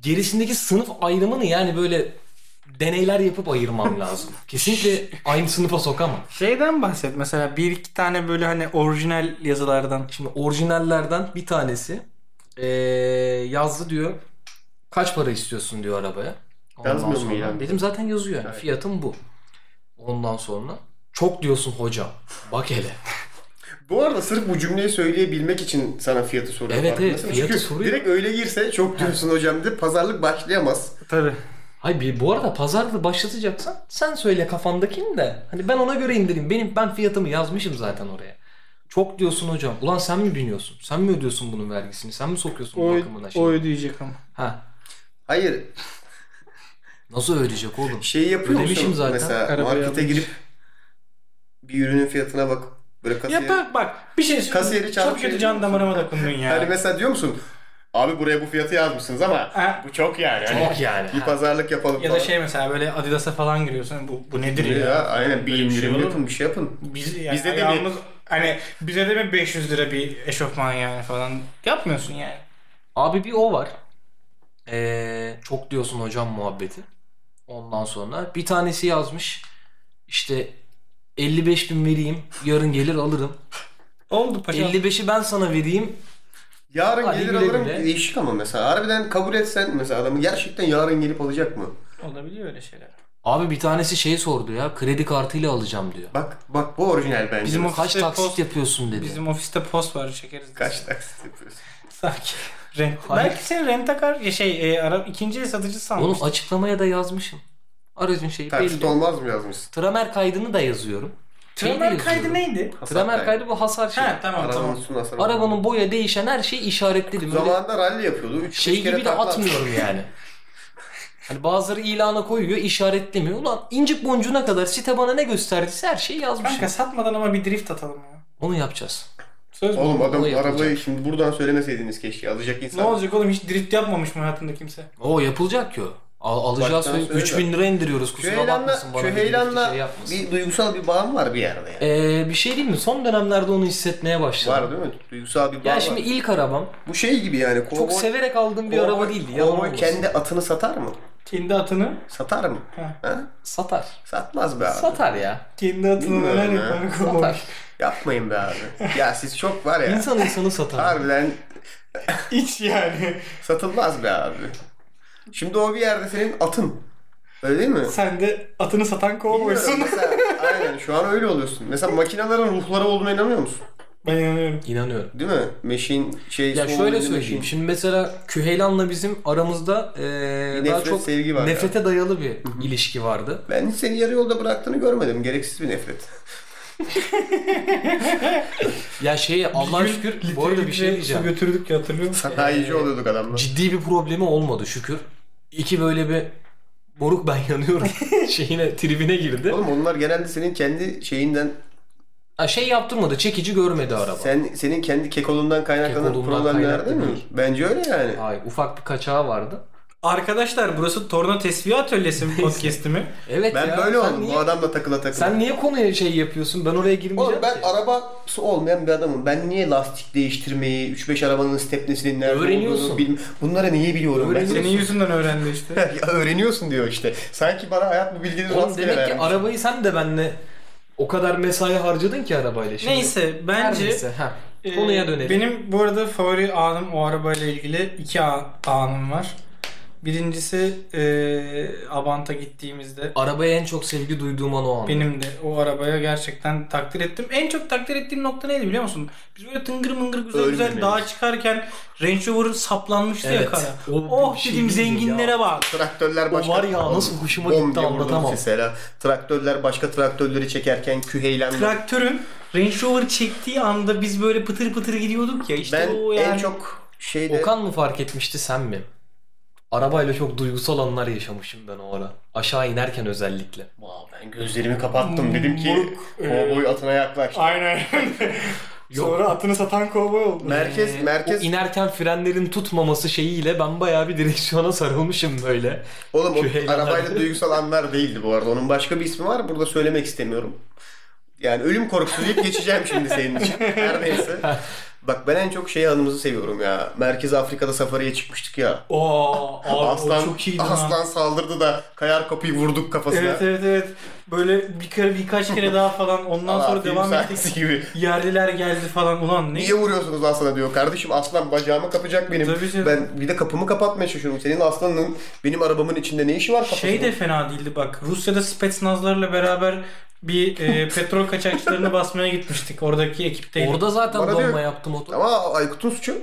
S1: Gerisindeki sınıf ayrımını yani böyle deneyler yapıp ayırmam lazım. Kesinlikle aynı sınıfa sokamam.
S3: Şeyden bahset mesela bir iki tane böyle hani orijinal yazılardan.
S1: Şimdi orijinallerden bir tanesi eee yazdı diyor. Kaç para istiyorsun diyor arabaya. Ondan
S2: Yazmıyor mu
S1: sonra-
S2: yani?
S1: Dedim zaten yazıyor. Yani.
S2: Evet.
S1: Fiyatım bu. Ondan sonra çok diyorsun hocam. Bak hele.
S2: Bu arada sırf bu cümleyi söyleyebilmek için sana fiyatı soruyor.
S1: Evet,
S2: farkındasın
S1: evet,
S2: mı?
S1: fiyatı
S2: Çünkü
S1: soruyor.
S2: direkt öyle girse çok diyorsun hocam de pazarlık başlayamaz.
S3: Tabii.
S1: Hayır bir- bu arada pazarlığı başlatacaksan sen söyle kafandakini de. Hani ben ona göre indireyim. Benim ben fiyatımı yazmışım zaten oraya. Çok diyorsun hocam. Ulan sen mi biniyorsun? Sen mi ödüyorsun bunun vergisini? Sen mi sokuyorsun bu
S3: O,
S1: bakımına
S3: o
S1: şey?
S3: ödeyecek ama.
S1: Ha.
S2: Hayır
S1: Nasıl ödeyecek oğlum?
S2: şey yapıyor
S1: Ödemişim
S2: musun
S1: zaten.
S2: mesela
S3: Arabaya
S2: markete
S3: almış.
S2: girip bir ürünün fiyatına bak böyle kasiyer.
S3: Ya bak bak bir şey söyleyeyim.
S2: Kasiyeri çarpıp
S3: Çok kötü
S2: şey-
S3: can damarıma dokundun
S2: Yani
S3: ya.
S2: mesela diyor musun abi buraya bu fiyatı yazmışsınız ama
S3: Ha.
S2: bu çok yani. hani
S1: Çok yani.
S2: Bir
S1: Ha.
S2: pazarlık yapalım
S3: Ya da
S2: falan.
S3: şey mesela böyle Adidas'a falan giriyorsun. Bu, bu nedir
S2: ya,
S3: ya?
S2: aynen bir
S3: Böyle bir şey
S2: indirim
S3: olur mu?
S2: yapın bir şey yapın.
S3: Biz, yani
S2: Bizde de bir-
S3: ayağımız- hani bize de mi 500 lira bir eşofman yani falan yapmıyorsun yani.
S1: Abi bir o var. Ee, çok diyorsun hocam muhabbeti. Ondan sonra bir tanesi yazmış. İşte 55 bin vereyim. Yarın gelir alırım.
S3: Oldu paşam.
S1: 55'i ben sana vereyim.
S2: Yarın
S1: Hadi
S2: gelir
S1: güle
S2: alırım
S1: güle.
S2: değişik ama mesela harbiden kabul etsen mesela adamı gerçekten yarın gelip alacak mı?
S3: Olabiliyor öyle şeyler.
S1: Abi bir tanesi şey sordu ya. Kredi kartıyla alacağım diyor.
S2: Bak bak bu orijinal bence.
S3: Bizim o-
S1: Kaç
S3: İşte
S1: taksit
S3: post-
S1: yapıyorsun dedi.
S3: Bizim ofiste post var çekeriz.
S2: Kaç taksit yapıyorsun?
S3: Sanki. Rent.
S1: Hayır.
S3: Belki sen rentakar ya şey e, ara, ikinci el satıcı
S1: Oğlum şey
S3: sanmıştın.
S1: açıklamaya da yazmışım. Aracın şeyi
S2: Taksit
S1: belli.
S2: olmaz mı yazmışsın?
S1: Tramer kaydını da yazıyorum. Şey
S3: Tremer
S1: diye
S3: kaydı
S1: yazıyordu.
S3: neydi?
S2: Hasar
S1: Tremer kaydı bu hasar şey.
S3: Ha tamam
S2: Arabanın
S3: tamam.
S2: üstünde hasar var.
S1: Arabanın boya değişen her şey işaretliydi. Böyle
S2: Zamanında ralli yapıyordu. 3
S1: şey
S2: kere
S1: gibi de
S2: takla attı.
S1: atmıyorum yani. Hani bazıları ilana koyuyor işaretlemiyor. Ulan incik boncuğuna kadar site bana ne gösterdiyse her şeyi yazmış.
S3: Kanka satmadan ama bir drift atalım ya.
S1: Onu yapacağız.
S3: Söz mü?
S2: Oğlum adam
S1: Onu yapacak.
S2: arabayı şimdi buradan söylemeseydiniz keşke. Alacak
S3: Ne
S2: insan.
S3: olacak oğlum hiç drift yapmamış mı hayatında kimse?
S1: O yapılacak ki o. Al, alacağız
S2: Baştan
S1: ve
S2: söyle
S1: 3000 lira indiriyoruz kusura
S2: Küheylan'la,
S1: bakmasın bana. bir
S2: Küheylan'la
S1: şey yapmasın.
S2: bir duygusal bir bağım var bir yerde yani.
S1: Ee, bir şey diyeyim mi? Son dönemlerde onu hissetmeye başladım.
S2: Var değil mi? Duygusal bir bağ
S1: Ya
S2: var.
S1: şimdi ilk arabam
S2: Bu şey gibi yani. Kovboy,
S1: çok severek aldığım bir
S2: kovboy-
S1: araba değildi. Yalan
S2: Kovboy
S1: olmasın.
S2: kendi atını satar mı?
S3: Kendi atını.
S2: Satar mı?
S3: Ha.
S2: Ha?
S1: Satar.
S2: Satmaz be abi.
S1: Satar ya.
S3: Kendi atını
S2: Bilmiyorum
S3: neler
S2: ya.
S3: yapar
S1: Satar.
S3: kovboy.
S2: Yapmayın be abi. ya siz çok var ya.
S1: İnsan insanı satar.
S2: Harbiden
S3: Hiç yani.
S2: satılmaz be abi. Şimdi o bir yerde senin atın. Öyle değil mi?
S3: Sen de atını satan
S2: Bilmiyorum,
S3: kovboysun.
S2: Mesela, aynen şu an öyle oluyorsun. Mesela makinelerin ruhları olduğuna inanmıyor musun?
S3: ben inanıyorum.
S1: İnanıyorum.
S2: Değil mi? Meşin şey...
S1: Ya
S2: soul
S1: şöyle
S2: dediği
S1: söyleyeyim.
S2: meşin.
S1: Şimdi mesela Küheylan'la bizim aramızda eee
S2: Bir
S1: daha
S2: nefret,
S1: çok
S2: sevgi var
S1: nefrete dayalı bir ilişki vardı.
S2: Ben hiç seni yarı yolda bıraktığını görmedim. Gereksiz bir nefret.
S1: Ya şey Allah
S3: Bir gün
S1: şükür bu
S3: litre
S1: arada bir
S3: litre
S1: şey diyeceğim.
S3: Su götürdük ya hatırlıyor musun?
S2: Sanayici oluyorduk adamla.
S1: Ciddi bir problemi olmadı şükür. İki böyle bir moruk ben yanıyorum şeyine tribine girdi.
S2: Oğlum onlar genelde senin kendi şeyinden,
S1: Ha, şey yaptırmadı çekici görmedi araba.
S2: sen senin kendi kekolundan kaynaklanan
S1: Kekolundan
S2: problemler
S1: kaynaklı
S2: değil mi?
S1: değil.
S2: Bence öyle yani.
S1: Ay ufak bir kaçağı vardı.
S3: Arkadaşlar burası Torna Tesviye Atölyesi mi podcast'i mi?
S1: Evet
S2: Ben
S1: ya.
S2: böyle
S1: sen
S2: oldum.
S1: niye-
S2: Bu adamla takıla takıla.
S1: Sen niye konuya şey yapıyorsun? Ben oraya girmeyeceğim
S2: Oğlum ben
S1: ki.
S2: arabası olmayan bir adamım. Ben niye lastik değiştirmeyi, 3-5 arabanın stepnesinin nerede
S1: Öğreniyorsun.
S2: olduğunu bilmem. Bunları niye biliyorum ben?
S1: Öğreniyorsun.
S3: Senin yüzünden öğrendi işte.
S2: Ya öğreniyorsun diyor işte. Sanki bana hayat bu bilgileri
S1: Oğlum
S2: rastgele
S1: demek ki
S2: vermiş.
S1: arabayı sen de benle o kadar mesai harcadın ki arabayla şimdi.
S3: Neyse
S1: Her
S3: bence
S1: neyse, ha.
S3: Ee,
S1: Konuya dönelim.
S3: Benim bu arada favori anım o arabayla ilgili iki a- anım var. Birincisi e, Abant'a gittiğimizde
S1: Arabaya en çok sevgi duyduğum an o an.
S3: benim de o arabaya gerçekten takdir ettim. En çok takdir ettiğim nokta neydi biliyor musun? Biz böyle tıngır mıngır güzel güzel
S2: Ölmemeli.
S3: dağa çıkarken Range Rover saplanmıştı ya
S1: Evet.
S3: kara.
S1: O
S3: oh
S1: bir şey
S3: dedim
S1: değil
S3: zenginlere
S1: ya.
S3: bak.
S2: Traktörler
S1: O
S2: başka...
S1: var ya, nasıl hoşuma gitti,
S2: diye vurdum
S1: anlatamam.
S2: Mesela. Traktörler başka traktörleri çekerken küheylenme.
S3: Traktörün Range Rover çektiği anda biz böyle pıtır pıtır gidiyorduk ya işte
S2: ben
S3: o yani.
S2: en çok şey şeyde...
S1: Okan mı fark etmişti sen mi? Arabayla çok duygusal anlar yaşamışım ben o ara. Aşağı inerken özellikle.
S2: Vav, ben gözlerimi kapattım. Dedim ki
S3: Moruk, e,
S2: kovboy atına yaklaştı.
S3: Aynen. Sonra atını satan kovboy oldu.
S2: Merkez,
S1: Ee,
S2: merkez...
S1: O inerken frenlerin tutmaması şeyiyle ben bayağı bir direksiyona sarılmışım böyle.
S2: Oğlum o
S1: Küheylanlar.
S2: arabayla duygusal anlar değildi bu arada. Onun başka bir ismi var. Burada söylemek istemiyorum. Yani ölüm korkusu deyip geçeceğim şimdi senin için. Her neyse. Bak ben en çok şey anımızı seviyorum ya. Merkez Afrika'da safariye çıkmıştık ya.
S3: Oo, abi,
S2: aslan
S3: o çok iyiydi lan.
S2: aslan saldırdı da kayar kapıyı vurduk kafasına.
S3: Evet evet evet. Böyle bir kere birkaç kere daha falan ondan
S2: Allah
S3: sonra
S2: film
S3: devam
S2: sahnesi
S3: ettik.
S2: gibi.
S3: Yerliler geldi falan ulan ne?
S2: Niye vuruyorsunuz aslana diyor. Kardeşim aslan bacağımı kapacak benim.
S3: Tabii canım.
S2: Ben bir de kapımı kapatmaya çalışıyorum. Senin aslanın benim arabamın içinde ne işi var kafasında?
S3: Şey de fena değildi bak. Rusya'da Spetsnazlarla beraber bir e, petrol kaçakçılarını basmaya gitmiştik. Oradaki ekipteydik.
S1: Orada zaten
S2: Bana
S1: donma
S2: diyor-
S1: yaptım motor.
S2: Ama Aykut'un suçu.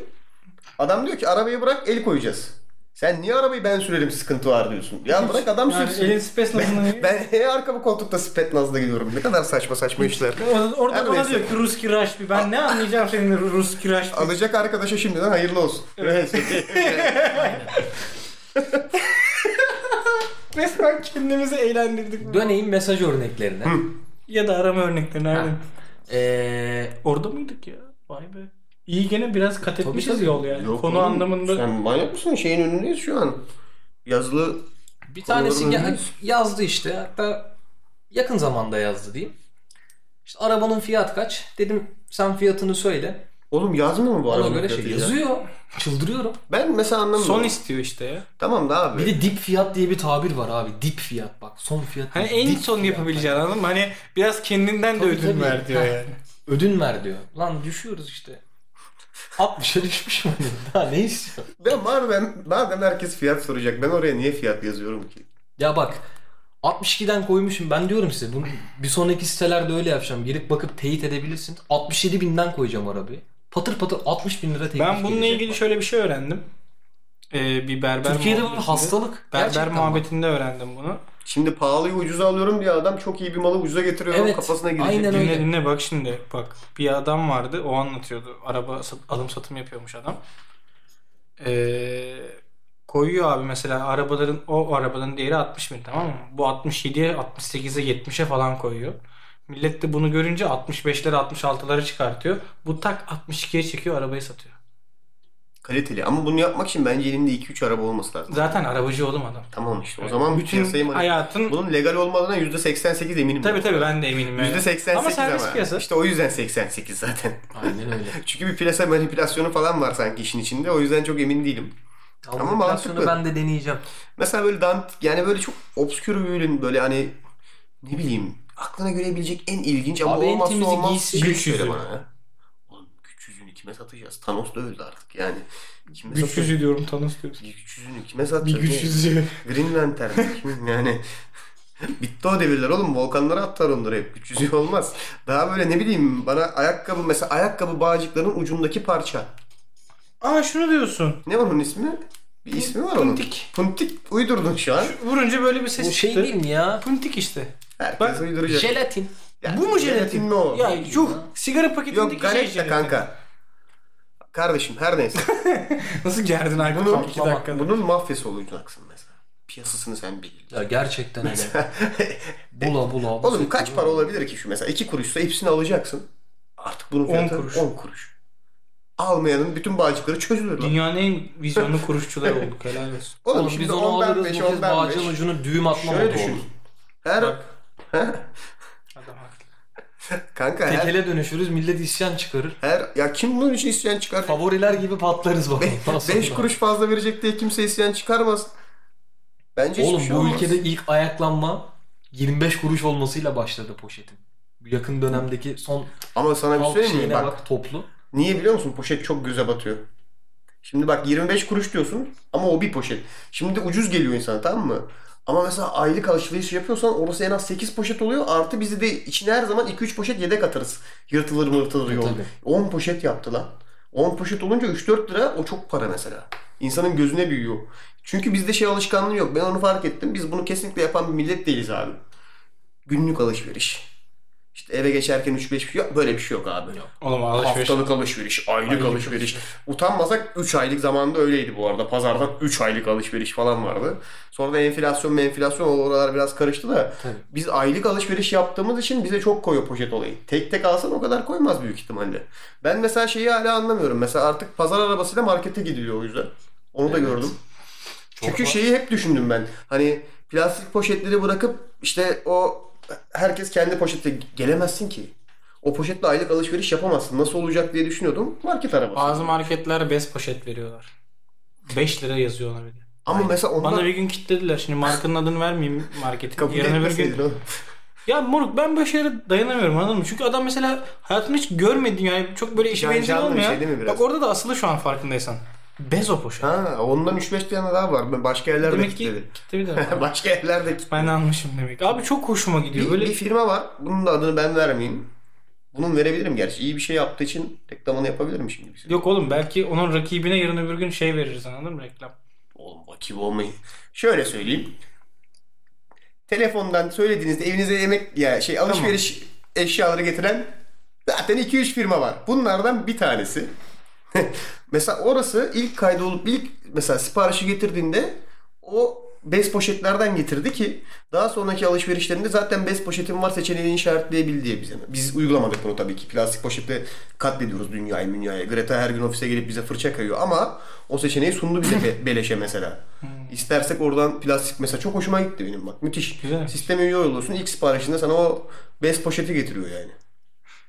S2: Adam diyor ki arabayı bırak el koyacağız. Sen niye arabayı ben sürerim sıkıntı var diyorsun. Ya bırak adam
S3: yani
S2: sürsün.
S3: elin Spetsnaz'ını
S2: Ben e, arka bu koltukta spetnazda gidiyorum. Ne kadar saçma saçma işler.
S3: Orada, orada
S2: Her
S3: bana
S2: neyse.
S3: diyor ki Rus kirajbi. Ben ne anlayacağım senin Rus kirajbi?
S2: Alacak arkadaşa şimdiden hayırlı olsun.
S3: Resmen kendimizi eğlendirdik.
S1: Döneyim mesaj örneklerine.
S3: Ya da arama örnekleri nerede?
S1: Ha. Ee,
S3: Orada mıydık ya? Vay be. İyi gene biraz kat etmişiz
S1: tabii.
S3: yol yani.
S2: Yok
S3: Konu
S2: oğlum,
S3: anlamında.
S2: Sen manyak mısın? Şeyin önündeyiz şu an. Yazılı
S1: Bir tanesi
S2: Konuları
S1: gel-
S2: bilmiyoruz.
S1: yazdı işte. Hatta yakın zamanda yazdı diyeyim. İşte arabanın fiyat kaç? Dedim sen fiyatını söyle.
S2: Oğlum yazmıyor mu bu
S1: Ona
S2: arabanın
S1: göre şey
S2: fiyatı ya?
S1: yazıyor. Çıldırıyorum.
S2: Ben mesela anlamıyorum.
S3: Son istiyor işte ya.
S2: Tamam da abi.
S1: Bir de dip fiyat diye bir tabir var abi. Dip fiyat bak. Son fiyat.
S3: Hani
S1: değil,
S3: en
S1: dip
S3: son
S1: fiyat.
S3: yapabileceğin anladın mı? Hani biraz kendinden de
S1: Tabii,
S3: ödün
S1: tabii.
S3: ver diyor
S1: Ha.
S3: yani.
S1: Ödün ver diyor. Lan düşüyoruz işte. 60'a düşmüşüm. hani. Daha ne istiyorsun?
S2: Ben madem, madem herkes fiyat soracak ben oraya niye fiyat yazıyorum ki?
S1: Ya bak 62'den koymuşum. Ben diyorum size bunu bir sonraki sitelerde öyle yapacağım. Girip bakıp teyit edebilirsin. 67 binden koyacağım arabayı. Patır patır 60 bin lira teklif
S3: Ben bununla
S1: gelecek
S3: ilgili
S1: bak.
S3: şöyle bir şey öğrendim. Ee, bir berber
S1: Türkiye'de bu
S3: muhabbetinde-
S1: hastalık.
S3: Berber
S1: Gerçekten bak.
S3: muhabbetinde öğrendim bunu.
S2: Şimdi pahalıyı ucuza alıyorum diye adam çok iyi bir malı ucuza getiriyor
S1: Evet,
S2: kafasına girecek.
S1: aynen öyle.
S3: Dinle dinle bak şimdi. Bak bir adam vardı o anlatıyordu. Araba sat- alım satım yapıyormuş adam. Ee, koyuyor abi mesela arabaların o arabanın değeri 60 bin tamam mı? Bu 67'ye 68'e 70'e falan koyuyor. Millet de bunu görünce 65'lere 66'lara çıkartıyor. Bu tak 62'ye çekiyor arabayı satıyor.
S2: Kaliteli ama bunu yapmak için bence elinde 2-3 araba olması lazım.
S3: Zaten arabacı oğlum adam.
S2: Tamam işte o zaman bütün piyasayı
S3: Bütün
S2: manip-
S3: hayatın
S2: Bunun legal olmadığına %88 eminim.
S3: Tabii tabii ben de eminim. yani.
S2: %88 ama.
S3: Ama serbest piyasa.
S2: İşte o yüzden 88 zaten.
S1: Aynen öyle.
S2: Çünkü bir piyasa manipülasyonu falan var sanki işin içinde. O yüzden çok emin değilim.
S1: Ama
S2: Ama
S1: manipülasyonu
S2: mantıklı.
S1: ben de deneyeceğim.
S2: Mesela böyle dant yani böyle çok obskür bir ürün böyle hani ne bileyim aklına görebilecek en ilginç ama
S1: Abi en
S2: olmazsa
S1: temizi
S2: olmaz
S1: giysi-
S2: güç
S3: güç
S2: söyle
S3: yüzüğü.
S2: bana ya. Oğlum güç yüzünü kime satacağız? Thanos da öldü artık yani. Kime
S3: Güç
S2: satacağız?
S3: yüzü diyorum Thanos diyorsun.
S2: Güç yüzünü kime satacağız?
S3: Bir güç yüzü.
S2: Green Lantern. yani bitti o devirler oğlum. Volkanlara atlar onları hep. Güç yüzüğü olmaz. Daha böyle ne bileyim bana ayakkabı mesela ayakkabı bağcıkların ucundaki parça.
S3: Aa şunu diyorsun.
S2: Ne var onun ismi? Bir ismi var onun.
S3: Puntik.
S2: Puntik uydurdun şu an.
S3: Şu- Vurunca böyle bir ses
S1: Bu şey
S3: çıktı.
S1: değil mi ya?
S3: Puntik işte.
S2: Herkes
S3: Bak, şey
S2: uyduracak.
S1: Jelatin.
S2: Ya,
S3: Bu mu jelatin?
S2: mi o?
S3: Ya yuh sigara paketindeki
S2: Yok
S3: şey
S2: galet de
S3: jelatin.
S2: kanka. Kardeşim her neyse.
S3: Nasıl gerdin Aykut
S2: Bunun,
S3: abi 2 dakikada?
S2: bunun mafyası olacaksın mesela. Piyasasını sen belirle.
S1: Ya gerçekten öyle. Bula bula.
S2: Oğlum kaç para olabilir ki şu mesela? 2 kuruşsa hepsini alacaksın. Artık bunun
S3: On
S2: fiyatı 10
S3: kuruş.
S2: kuruş. Almayanın bütün bağcıkları çözülür lan.
S3: Dünyanın en vizyonlu kuruşçular olduk helal olsun.
S1: Oğlum,
S2: şimdi
S1: biz
S2: on
S1: onu
S2: ben
S1: alırız
S2: beş,
S1: bu
S2: on
S1: kez
S2: ben
S1: bağcığın
S2: beş.
S1: ucunu düğüm atma
S2: Şöyle
S1: oldu
S2: düşün.
S1: oğlum.
S2: Her
S3: Adam haklı.
S2: kanka her,
S1: Tekele dönüşürüz millet isyan çıkarır.
S2: her ya kim bunun için isyan çıkar?
S1: Favoriler gibi patlarız bak. ondan sonra.
S2: 5 kuruş fazla verecek diye kimse isyan çıkarmaz. Bence hiçbir
S1: Oğlum
S2: şey
S1: bu
S2: olmaz.
S1: ülkede ilk ayaklanma 25 kuruş olmasıyla başladı poşetin. Yakın dönemdeki son
S2: Ama sana bir şey
S1: halk
S2: söyleyeyim mi?
S1: şeyine
S2: Bak,
S1: bak, toplu.
S2: Niye biliyor musun? Poşet çok göze batıyor. Şimdi bak 25 kuruş diyorsun ama o bir poşet. Şimdi ucuz geliyor insana tamam mı? Ama mesela aylık alışveriş yapıyorsan orası en az 8 poşet oluyor. Artı bizi de içine her zaman 2-3 poşet yedek atarız. Yırtılır mırtılır
S1: E,
S2: yol.
S1: tabii.
S2: 10 poşet yaptı lan. 10 poşet olunca 3-4 lira o çok para mesela. İnsanın gözüne büyüyor. Çünkü bizde şey alışkanlığı yok. Ben onu fark ettim. Biz bunu kesinlikle yapan bir millet değiliz abi. Günlük alışveriş. İşte eve geçerken 3-5 bir şey yok. Böyle bir şey yok abi.
S3: Oğlum alışveriş.
S2: Haftalık alışveriş, aylık,
S3: Aylık
S2: alışveriş.
S3: alışveriş.
S2: Utanmasak 3 aylık zamanda öyleydi bu arada. Pazardan 3 aylık alışveriş falan vardı. Sonra da enflasyon enflasyon oralar biraz karıştı da
S1: Tabii.
S2: biz aylık alışveriş yaptığımız için bize çok koyuyor poşet olayı. Tek tek alsan o kadar koymaz büyük ihtimalle. Ben mesela şeyi hala anlamıyorum. Mesela artık pazar arabasıyla markete gidiliyor o yüzden. Onu da
S1: Evet.
S2: gördüm.
S1: Çok
S2: Çünkü
S1: var.
S2: şeyi hep düşündüm ben. Hani plastik poşetleri bırakıp işte o herkes kendi poşetle gelemezsin ki. O poşetle aylık alışveriş yapamazsın. Nasıl olacak diye düşünüyordum. Market arabası.
S3: Bazı marketler bez poşet veriyorlar. 5 lira yazıyor ona bir de.
S2: Ama mesela ondan
S3: Bana bir gün kitlediler. Şimdi markanın adını vermeyeyim marketin.
S2: kabul
S3: Yarın öbür gün
S2: etmeseydin oğlum.
S3: Ya moruk ben böyle şeylere dayanamıyorum anladın mı? Çünkü adam mesela hayatımda hiç görmedim yani çok böyle işe
S2: Can-
S3: benziyor
S2: canlı bir
S3: olmuyor.
S2: şey değil mi biraz?
S3: Bak orada da asılı şu an farkındaysan. Bezo poşet.
S2: Ha, ondan 3-5 tane daha var. Ben Başka yerlerde
S3: Demek ki
S2: kitledi.
S3: gitti bir de.
S2: Başka yerlerde kitledi.
S3: ben almışım demek. Abi çok hoşuma gidiyor.
S2: Bir,
S3: Böyle
S2: bir firma var. Bunun da adını ben vermeyeyim. Bunun verebilirim gerçi. İyi bir şey yaptığı için reklamını yapabilirim şimdi. Bizim.
S3: yok oğlum belki onun rakibine yarın öbür gün şey veririz anladın mı reklam?
S2: Oğlum vakip olmayı. Şöyle söyleyeyim. Telefondan söylediğinizde evinize yemek ya şey alışveriş eşyaları getiren zaten 2-3 firma var. Bunlardan bir tanesi. mesela orası ilk kaydolup ilk mesela siparişi getirdiğinde o bez poşetlerden getirdi ki daha sonraki alışverişlerinde zaten bez poşetim var seçeneğini işaretleyebil diye bize. Biz uygulamadık bunu tabii ki. Plastik poşetle katlediyoruz dünyayı dünyayı. Greta her gün ofise gelip bize fırça kayıyor ama o seçeneği sundu bize be- beleşe mesela. İstersek oradan plastik mesela çok hoşuma gitti benim bak. Müthiş.
S3: Güzelmiş.
S2: Sisteme üye oluyorsun. İlk siparişinde sana o bez poşeti getiriyor yani.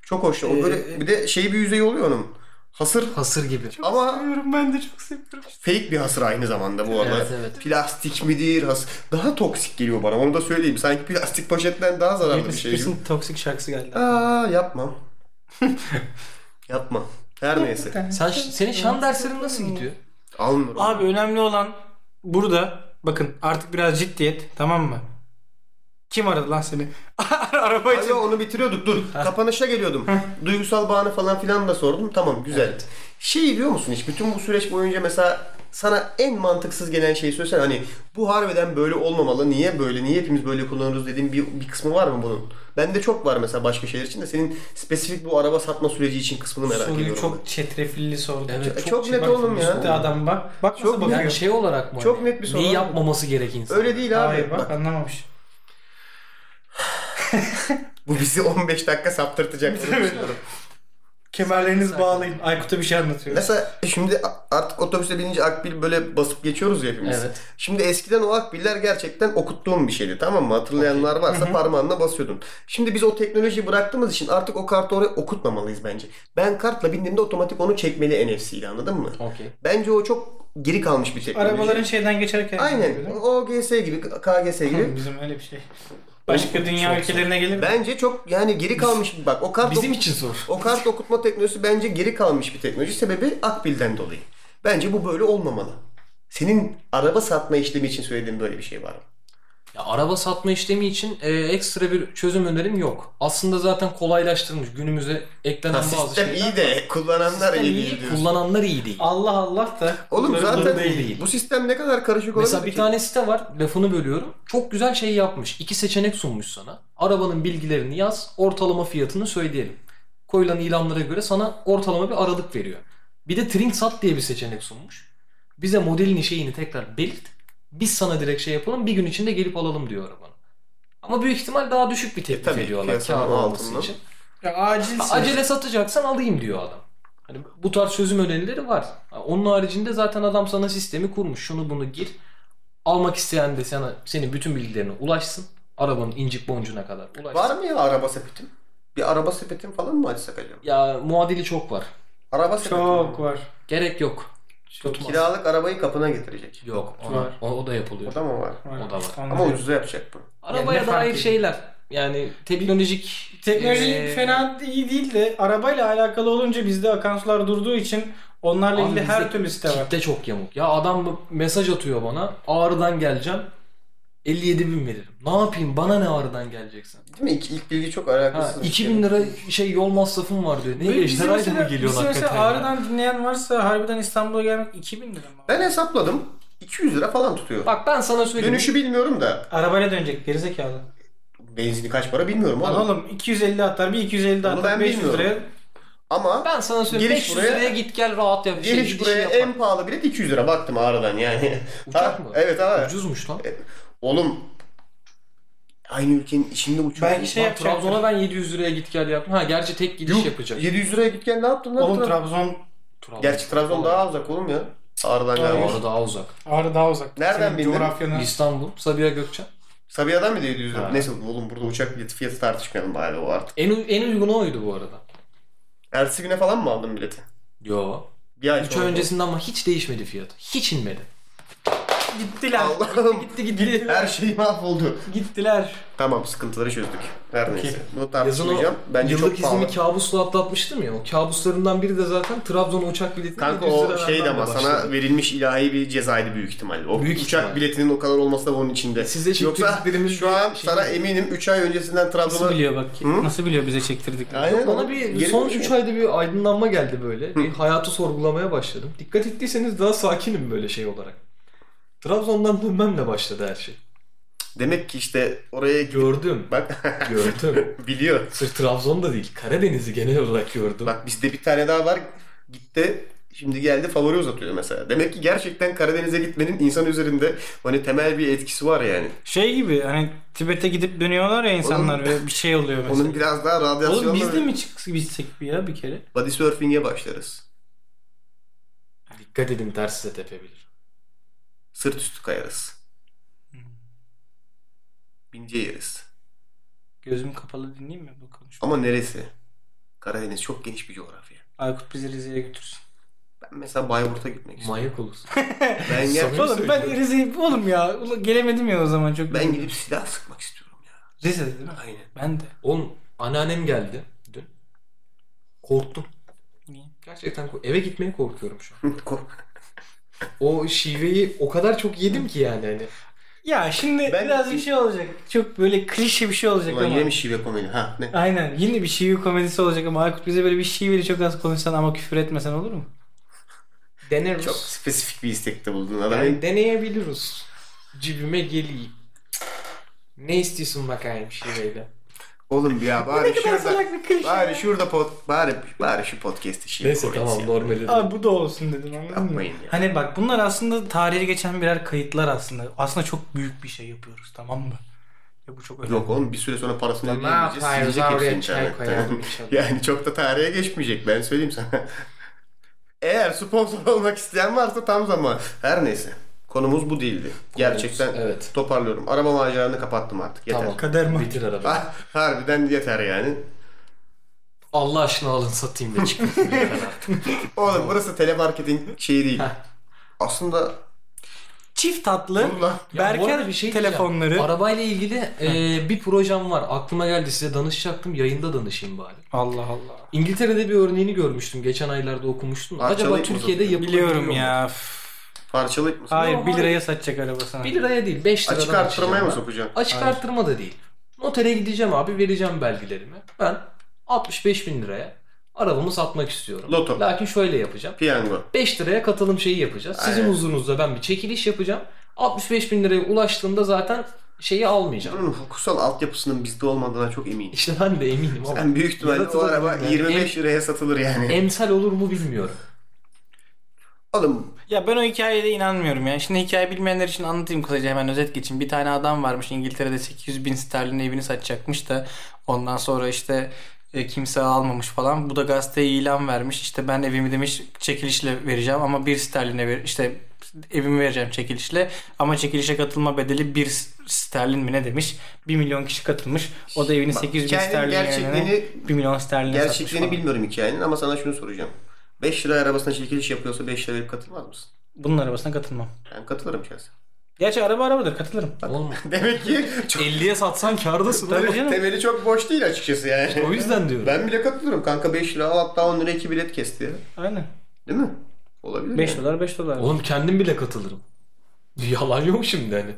S2: Çok hoş. O
S3: Ee,
S2: böyle bir de şey bir yüzeyi oluyor onun. Hasır
S1: Hasır gibi.
S2: ama
S3: Seviyorum ben de çok seviyorum.
S2: fake bir hasır aynı zamanda bu arada.
S1: Evet, evet.
S2: Plastik midir? Has daha toksik geliyor bana. Onu da söyleyeyim. Sanki plastik poşetten daha zararlı bir
S3: Britney
S2: şey. gibi.
S3: Spears'ın toksik şarkısı geldi.
S2: Aa yapmam. yapmam. Her neyse.
S1: Sen, senin
S2: şey
S1: şan derslerin nasıl gidiyor?
S2: Almıyorum.
S3: Abi önemli olan burada bakın artık biraz ciddiyet tamam mı? Kim aradı lan seni? Araba
S2: Ay
S3: için.
S2: ya, onu bitiriyorduk dur. Kapanışa geliyordum. Duygusal bağını falan filan da sordum. Tamam güzel. Şey diyor musun hiç bütün bu süreç boyunca mesela sana en mantıksız gelen şeyi söylesen hani bu harbiden böyle olmamalı. Niye böyle? Niye hepimiz böyle kullanıyoruz dediğin bir, bir kısmı var mı bunun? Bende çok var mesela başka şeyler için de senin spesifik bu araba satma süreci için kısmını merak
S3: Soruyu
S2: ediyorum.
S3: çok çetrefilli sordu.
S1: Evet,
S2: Çok,
S1: çok
S2: çok net
S1: şey-
S2: oğlum ya.
S3: Çıktı adam bak. Bak nasıl
S2: Çok
S3: bakıyor.
S1: Yani şey olarak mı?
S2: Çok
S1: hani,
S2: net bir soru.
S1: Neyi yapmaması gerek insan?
S2: Öyle değil abi.
S3: Hayır bak,
S2: Bak,
S3: anlamamış.
S2: bu bizi 15 dakika saptırtacak. Bunu düşünüyorum.
S3: Kemerleriniz bağlayın. Aykut'a bir şey anlatıyoruz.
S2: Mesela şimdi artık otobüse binince akbil böyle basıp geçiyoruz ya hepimiz.
S1: Evet.
S2: Şimdi eskiden o akbiller gerçekten okuttuğum bir şeydi tamam mı? Hatırlayanlar varsa parmağınla basıyordun. Şimdi biz o teknolojiyi bıraktığımız için artık o kartı oraya okutmamalıyız bence. Ben kartla bindiğimde otomatik onu çekmeli NFC ile anladın mı?
S1: Okey.
S2: Bence o çok geri kalmış bir teknoloji.
S3: Arabaların şeyden geçerken.
S2: Aynen.
S3: yapıyor,
S2: OGS gibi, KGS
S3: değil mi?
S2: gibi.
S3: Bizim öyle bir şey. Başka dünya
S1: çok
S3: ülkelerine gelir mi?
S2: Bence çok yani geri kalmış bak o kart
S1: Bizim
S2: oku-
S1: için sor.
S2: o kart okutma teknolojisi bence geri kalmış bir teknoloji. Sebebi Akbil'den dolayı. Bence bu böyle olmamalı. Senin araba satma işlemi için söylediğin böyle bir şey var mı?
S1: Ya araba satma işlemi için e, ekstra bir çözüm önerim yok. Aslında zaten kolaylaştırılmış günümüze eklenen
S2: Ha,
S1: bazı
S2: sistem
S1: şeyler.
S2: iyi de kullananlar
S1: Sistem
S2: iyi
S1: iyi,
S2: değil diyorsun.
S1: kullananlar iyi değil.
S3: Allah Allah da.
S2: Oğlum
S3: bunların
S2: zaten
S3: da
S1: değil.
S2: bu sistem ne kadar karışık olabilir
S1: Mesela bir
S2: ki?
S1: tane site var lafını bölüyorum. Çok güzel şey yapmış. İki seçenek sunmuş sana. Arabanın bilgilerini yaz ortalama fiyatını söyleyelim. Koyulan ilanlara göre sana ortalama bir aralık veriyor. Bir de trink sat diye bir seçenek sunmuş. Bize modelini şeyini tekrar belirt. Biz sana direkt şey yapalım bir gün içinde gelip alalım diyor arabanı. Ama büyük ihtimal daha düşük bir teklif
S2: E, tabii,
S1: ediyorlar
S2: piyasanın
S1: kar olması
S2: altından.
S1: için.
S3: Ya acilsin.
S1: Acele satacaksan alayım diyor adam. Hani bu tarz çözüm önerileri var. Ha, Onun haricinde zaten adam sana sistemi kurmuş. Şunu bunu gir. Almak isteyen de sana senin bütün bilgilerine ulaşsın. Arabanın incik boncuna kadar ulaşsın.
S2: Var mı ya araba sepetim? Bir araba sepetim falan mı açsak acaba?
S1: Ya muadili çok var.
S2: Araba sepeti.
S3: Çok var.
S1: Gerek yok.
S3: Çok
S1: Tutmaz.
S2: Kiralık arabayı kapına getirecek.
S1: Yok. O,
S3: Var.
S1: o, o da yapılıyor.
S2: O da mı var?
S3: var.
S1: O da var.
S2: Ama ucuza yapacak bunu.
S1: Arabaya
S3: ne fark
S1: dair
S3: ediyor?
S1: şeyler. Yani teknolojik
S3: Teknoloji
S1: ee,
S3: fena iyi değil de arabayla alakalı olunca bizde akan sular durduğu için onlarla
S1: Abi
S3: ilgili
S1: bizde
S3: her türlü site var.
S1: Kitle çok yamuk. Ya adam mesaj atıyor bana. Ağrı'dan geleceğim. 57 bin veririm. Ne yapayım? Bana ne Ağrı'dan geleceksin?
S2: Değil mi? İlk, ilk bilgi çok
S1: Ha,
S2: alakasız. bir
S1: 2000
S2: şey.
S1: lira şey yol masrafım var diyor. Ne
S3: Böyle
S1: ejderha
S3: bizi
S1: mı
S3: mesela-
S1: geliyorlar
S3: bizi mesela
S1: hakikaten ya?
S3: ağrıdan dinleyen varsa harbiden İstanbul'a gelmek 2000 lira mı?
S2: Ben hesapladım. 200 lira falan tutuyor.
S1: Bak ben sana söyleyeyim.
S2: Dönüşü bilmiyorum da.
S3: Arabayla dönecek gerizekalı.
S2: Benzini kaç para bilmiyorum
S3: Lan
S2: oğlum.
S3: oğlum 250 atar bir 250
S2: Onu ben
S3: atar 500
S2: bilmiyorum.
S3: liraya.
S2: Ama
S1: Ben sana söyleyeyim.
S2: Geliş
S1: 500
S2: buraya-
S1: liraya git gel rahat yap. Şey,
S2: geliş
S1: şey
S2: buraya
S1: yapar.
S2: en pahalı bilet 200 lira. Baktım ağrıdan yani.
S1: Uçak
S2: Ha,
S1: mı?
S2: Evet abi.
S1: Ucuzmuş lan.
S2: Oğlum aynı ülkenin içinde uçuyor.
S3: Belki şey
S1: Bak,
S3: yapacak.
S1: Trabzon'a ben 700 liraya git gel yaptım. Ha gerçi tek gidiş
S2: Yuh,
S1: yapacak.
S2: 700 liraya git gel ne yaptın lan?
S3: Oğlum
S2: Trabzon?
S3: Trabzon
S1: Trabzon.
S2: Gerçi Trabzon daha uzak oğlum ya. Ağrı'dan
S3: Hayır.
S2: galiba.
S1: Ağrı daha uzak.
S3: Ağrı daha uzak.
S2: Nereden
S3: Senin
S2: bildin?
S3: Coğrafyanı.
S1: İstanbul, Sabiha Gökçen.
S2: Sabiha'dan mı diye 700 lira?
S1: Ha.
S2: Neyse oğlum burada uçak bileti fiyatı tartışmayalım bari o artık.
S1: En, u- en uygunu oydu bu arada.
S2: Ertesi güne falan mı aldın bileti?
S1: Yo.
S2: Bir ay
S1: 3 ay
S2: sonra.
S1: öncesinde ama hiç değişmedi fiyatı. Hiç inmedi.
S3: Gittiler.
S2: Allah'ım
S3: Gitti gitti.
S2: her şey mahvoldu.
S3: Gittiler.
S2: Tamam sıkıntıları çözdük. Her neyse.
S1: Okey.
S2: Bunu
S1: Yazın o
S2: tartışmayacağım. Bence
S1: yıllık
S2: çok pahalı.
S1: izimi kabusla atlatmıştım ya. O kabuslarımdan biri de zaten Trabzon'a uçak biletini
S2: Kanka
S1: 700
S2: o
S1: lira
S2: şeydi
S1: vermemle
S2: ama sana
S1: başladı.
S2: verilmiş ilahi bir cezaydı büyük ihtimalle. O
S1: Büyük
S2: uçak
S1: ihtimal.
S2: biletinin o kadar olması da bunun içinde.
S1: Size şimdi
S2: Yoksa
S1: çektiklerimiz
S2: şu an
S1: bir şey-
S2: sana eminim 3 ay öncesinden
S3: Nasıl
S2: Trabzon'a...
S3: biliyor bak ki?
S2: Hı?
S3: Nasıl biliyor bize çektirdik?
S2: Aynen.
S1: Bana bir
S2: Geri
S1: son
S2: dönüşüm.
S1: 3 ayda bir aydınlanma geldi böyle. Bir hayatı sorgulamaya başladım. Dikkat ettiyseniz daha sakinim böyle şey olarak. Trabzon'dan dönmemle başladı her şey.
S2: Demek ki işte oraya gö-
S1: Gördüm.
S2: bak
S1: Gördüm.
S2: biliyor.
S1: Sırf Trabzon'da değil. Karadeniz'i genel olarak gördüm.
S2: Bak bizde bir tane daha var. Gitti şimdi geldi favori uzatıyor mesela. Demek ki gerçekten Karadeniz'e gitmenin insan üzerinde hani temel bir etkisi var yani.
S3: Şey gibi hani Tibet'e gidip dönüyorlar ya insanlar ve bir şey oluyor mesela.
S2: Onun biraz daha radyasyonla
S3: Oğlum biz de mi çıksak gitsek bir ya bir kere?
S2: body surfing'e başlarız.
S1: Dikkat edin ters size tepebilir.
S2: Sırt üstü kayarız.
S3: Hmm.
S2: Bince yeriz.
S3: Gözüm kapalı dinleyeyim mi bu konuşmayı?
S2: Ama neresi? Karadeniz çok geniş bir coğrafya.
S3: Aykut bizi Rize'ye götürsün.
S2: Ben mesela Bayburt'a gitmek istiyorum.
S1: Manyak olursun.
S2: Ben, gel-
S1: Samimi
S3: Oğlum ben
S1: söylüyorum.
S3: Rize'ye oğlum ya ulan gelemedim ya o zaman çok.
S2: ben gidip silah sıkmak istiyorum ya.
S3: Rize'de değil mi?
S2: Aynen.
S3: Ben de.
S1: Oğlum anneannem geldi dün. Korktum.
S3: Niye?
S1: Gerçekten kork- eve gitmeye korkuyorum şu an.
S2: Ko-
S1: O şiveyi o kadar çok yedim ki yani hani.
S3: Ya şimdi
S2: Ben-
S3: biraz bir şey olacak. Çok böyle klişe bir şey olacak
S2: Ulan
S3: ama.
S2: yine mi şive komedi? Ha ne?
S3: Aynen. Yine bir şive komedisi olacak ama Aykut bize böyle bir şiveyle çok az konuşsan ama küfür etmesen olur mu?
S1: Deneriz.
S2: Çok spesifik bir istekte buldun adam.
S1: Yani deneyebiliriz. Cibime geleyim. Ne istiyorsun bakayım şiveyle?
S2: Oğlum ya bari şurada
S3: salak bir klişe
S2: bari
S3: ya.
S2: şurada pot bari bari şu podcast'i şive
S1: Neyse
S2: komedisi
S1: tamam
S2: yap.
S1: normal
S3: Abi bu da olsun dedim anladın
S2: Yapmayın
S3: mı?
S2: ya.
S3: Hani bak bunlar aslında tarihe geçen birer kayıtlar aslında. Aslında çok büyük bir şey yapıyoruz tamam mı? Ya bu çok önemli.
S2: Yok oğlum bir süre sonra parasını
S1: Tamam,
S2: ödeyemeyeceğiz.
S1: hayır,
S2: Silecek
S1: oraya
S2: hepsini
S1: çay
S2: internetten.
S1: koyalım inşallah.
S2: yani çok da tarihe geçmeyecek ben söyleyeyim sana. Eğer sponsor olmak isteyen varsa tam zaman. Her neyse. Konumuz bu değildi. Gerçekten
S1: evet.
S2: toparlıyorum. Araba maceralarını kapattım artık. Yeter.
S1: Tamam.
S3: Kader mi?
S1: Bitir arada.
S2: Ah, Harbiden yeter yani.
S1: Allah aşkına alın satayım da çıkın. Yeter artık.
S2: Oğlum burası telemarketing şeyi değil.
S1: Heh.
S2: Aslında
S3: Çift tatlı.
S2: bununla
S1: Ya bu
S3: Berker
S1: arada bir şey diyeceğim.
S3: telefonları.
S1: Arabayla ilgili e, bir projem var. Aklıma geldi size danışacaktım. Yayında danışayım bari.
S3: Allah Allah.
S1: İngiltere'de bir örneğini görmüştüm. Geçen aylarda okumuştum.
S2: Parçalayıp
S1: Acaba
S2: mı
S1: Türkiye'de
S2: satıyor?
S1: yapılabiliyor
S3: Biliyorum
S1: mu?
S3: ya. üf.
S2: parçalayıp mı?
S3: Hayır
S1: Yok,
S3: 1
S1: hayır.
S3: liraya satacak araba sana.
S1: 1 liraya değil 5 liradan
S2: Açık arttırmaya
S1: açacağım ben.
S2: mı sokacaksın?
S1: Açık
S3: Hayır.
S1: arttırma da değil. Notere gideceğim abi vereceğim belgelerimi. Ben 65 bin liraya arabamı satmak istiyorum.
S2: Loto.
S1: Lakin şöyle yapacağım.
S2: Piyango.
S1: 5 liraya katılım şeyi yapacağız. Sizin
S2: Aynen.
S1: huzurunuzda ben bir çekiliş yapacağım. 65 bin liraya ulaştığımda zaten şeyi almayacağım.
S2: Bunun hukusal altyapısının bizde olmadığına çok eminim.
S1: İşte ben de eminim ama.
S2: Ben büyük ihtimalle o
S1: Yaratılır
S2: araba
S1: yani.
S2: 25 liraya satılır yani.
S1: Emsal olur mu bilmiyorum.
S2: Oğlum
S3: Ya ben o hikayeye inanmıyorum ya. Şimdi hikaye bilmeyenler için anlatayım kısaca hemen özet geçeyim. Bir tane adam varmış İngiltere'de 800 bin sterlin evini satacakmış da ondan sonra işte e, kimse almamış falan. Bu da gazeteye ilan vermiş. İşte ben evimi demiş çekilişle vereceğim ama 1 sterline ver işte evimi vereceğim çekilişle ama çekilişe katılma bedeli 1 sterlin mi ne demiş? 1 milyon kişi katılmış. O da evini
S2: Bak,
S3: 800 bin
S2: hikayenin
S3: sterlin yerine
S2: gerçekliğini-
S3: 1 milyon sterline satmış.
S2: gerçekliğini
S3: falan.
S2: bilmiyorum hikayenin ama sana şunu soracağım. 5 lira arabasına çekiliş yapıyorsa 5 liraya katılmaz mısın?
S3: Bunun arabasına katılmam.
S2: Ben katılırım şahsen.
S3: Gerçi araba arabadır katılırım.
S1: Oğlum
S2: Demek ki çok,
S1: 50'ye satsan kardasın.
S3: E, Tabii
S1: oğlum.
S3: canım.
S2: temeli çok boş değil açıkçası yani.
S1: O yüzden diyorum.
S2: Ben bile katılırım kanka 5 lira al, hatta 10 lira 2 bilet kesti ya.
S3: Aynen.
S2: Değil mi? Olabilir
S3: 5
S2: yani.
S3: dolar 5 dolar.
S1: Oğlum kendim bile katılırım. Yalan yok şimdi hani.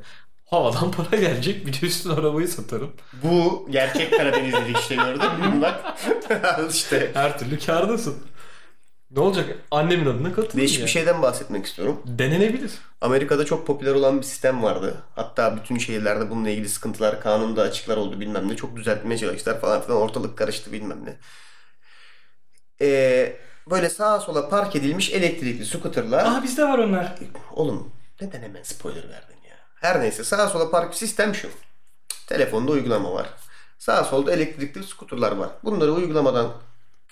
S1: Havadan para gelecek bir de üstüne arabayı satarım.
S2: Bu gerçek Karadenizlilik işte gördün mü? Bak Al işte.
S1: Her türlü kardasın. Ne olacak? Annemin adına katılırım
S2: Değişik
S1: ya.
S2: bir şey. şeyden bahsetmek istiyorum.
S1: Denenebilir.
S2: Amerika'da çok popüler olan bir sistem vardı. Hatta bütün şehirlerde bununla ilgili sıkıntılar, kanunda açıklar oldu bilmem ne. Çok düzeltmeye çalıştılar falan filan. Ortalık karıştı bilmem ne. Ee, böyle sağa sola park edilmiş elektrikli scooter'lar.
S3: Aha bizde var onlar.
S2: Oğlum neden hemen spoiler verdin ya? Her neyse sağa sola park sistem şu. Telefonda uygulama var. Sağa solda elektrikli skuterlar var. Bunları uygulamadan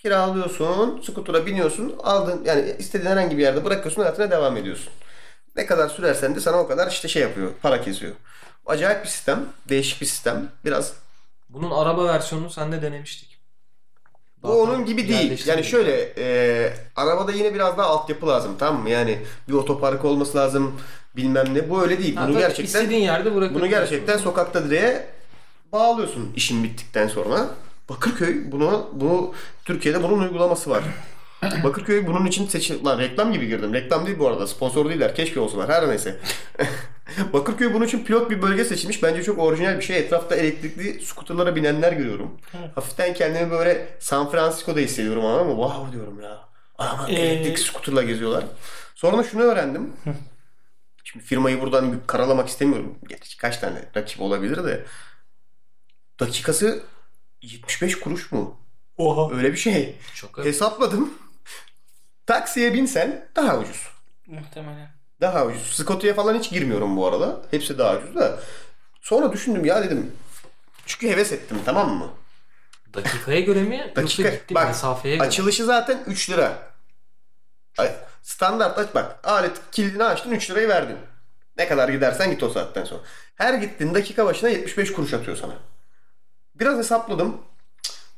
S2: kiralıyorsun, skutura biniyorsun, aldın yani istediğin herhangi bir yerde bırakıyorsun, hayatına devam ediyorsun. Ne kadar sürersen de sana o kadar işte şey yapıyor, para kesiyor. Acayip bir sistem, değişik bir sistem. Biraz
S1: Bunun araba versiyonunu senle denemiştik.
S2: Bu onun gibi değil.
S1: Yerleştirdim.
S2: Yani şöyle e, arabada yine biraz daha altyapı lazım tamam mı? Yani bir otopark olması lazım bilmem ne. Bu öyle değil.
S1: Ha,
S2: bunu
S1: tabii
S2: gerçekten
S1: istediğin yerde bırakabiliyorsun.
S2: bunu gerçekten sokakta direğe bağlıyorsun işin bittikten sonra. Bakırköy bunu bu Türkiye'de bunun uygulaması var. Bakırköy bunun için seçil... Lan reklam gibi girdim. Reklam değil bu arada. Sponsor değiller. Keşke olsalar. Her neyse. Bakırköy bunun için pilot bir bölge seçilmiş. Bence çok orijinal bir şey. Etrafta elektrikli skuterlara binenler görüyorum. Hafiften kendimi böyle San Francisco'da hissediyorum ama ama wow diyorum ya. Ama
S3: Ee,
S2: elektrikli skuterla geziyorlar. Sonra şunu öğrendim. Şimdi firmayı buradan karalamak istemiyorum. Gerçi kaç tane rakip olabilir de. Dakikası 75 kuruş mu?
S3: Oha.
S2: Öyle bir şey.
S1: Çok
S2: Hesapladım. Taksiye binsen daha ucuz.
S3: Muhtemelen.
S2: Daha ucuz. Scotia'ya falan hiç girmiyorum bu arada. Hepsi daha ucuz da. Sonra düşündüm ya dedim. Çünkü heves ettim tamam mı?
S1: Dakikaya göre mi?
S2: Dakika-
S1: Yoksa gittiğin
S2: bak,
S1: mesafeye göre. mi?
S2: Açılışı zaten 3 lira. Ay, Standart aç bak. Alet kilidini açtın 3 lirayı verdin. Ne kadar gidersen git o saatten sonra. Her gittiğin dakika başına 75 kuruş atıyor sana. Biraz hesapladım.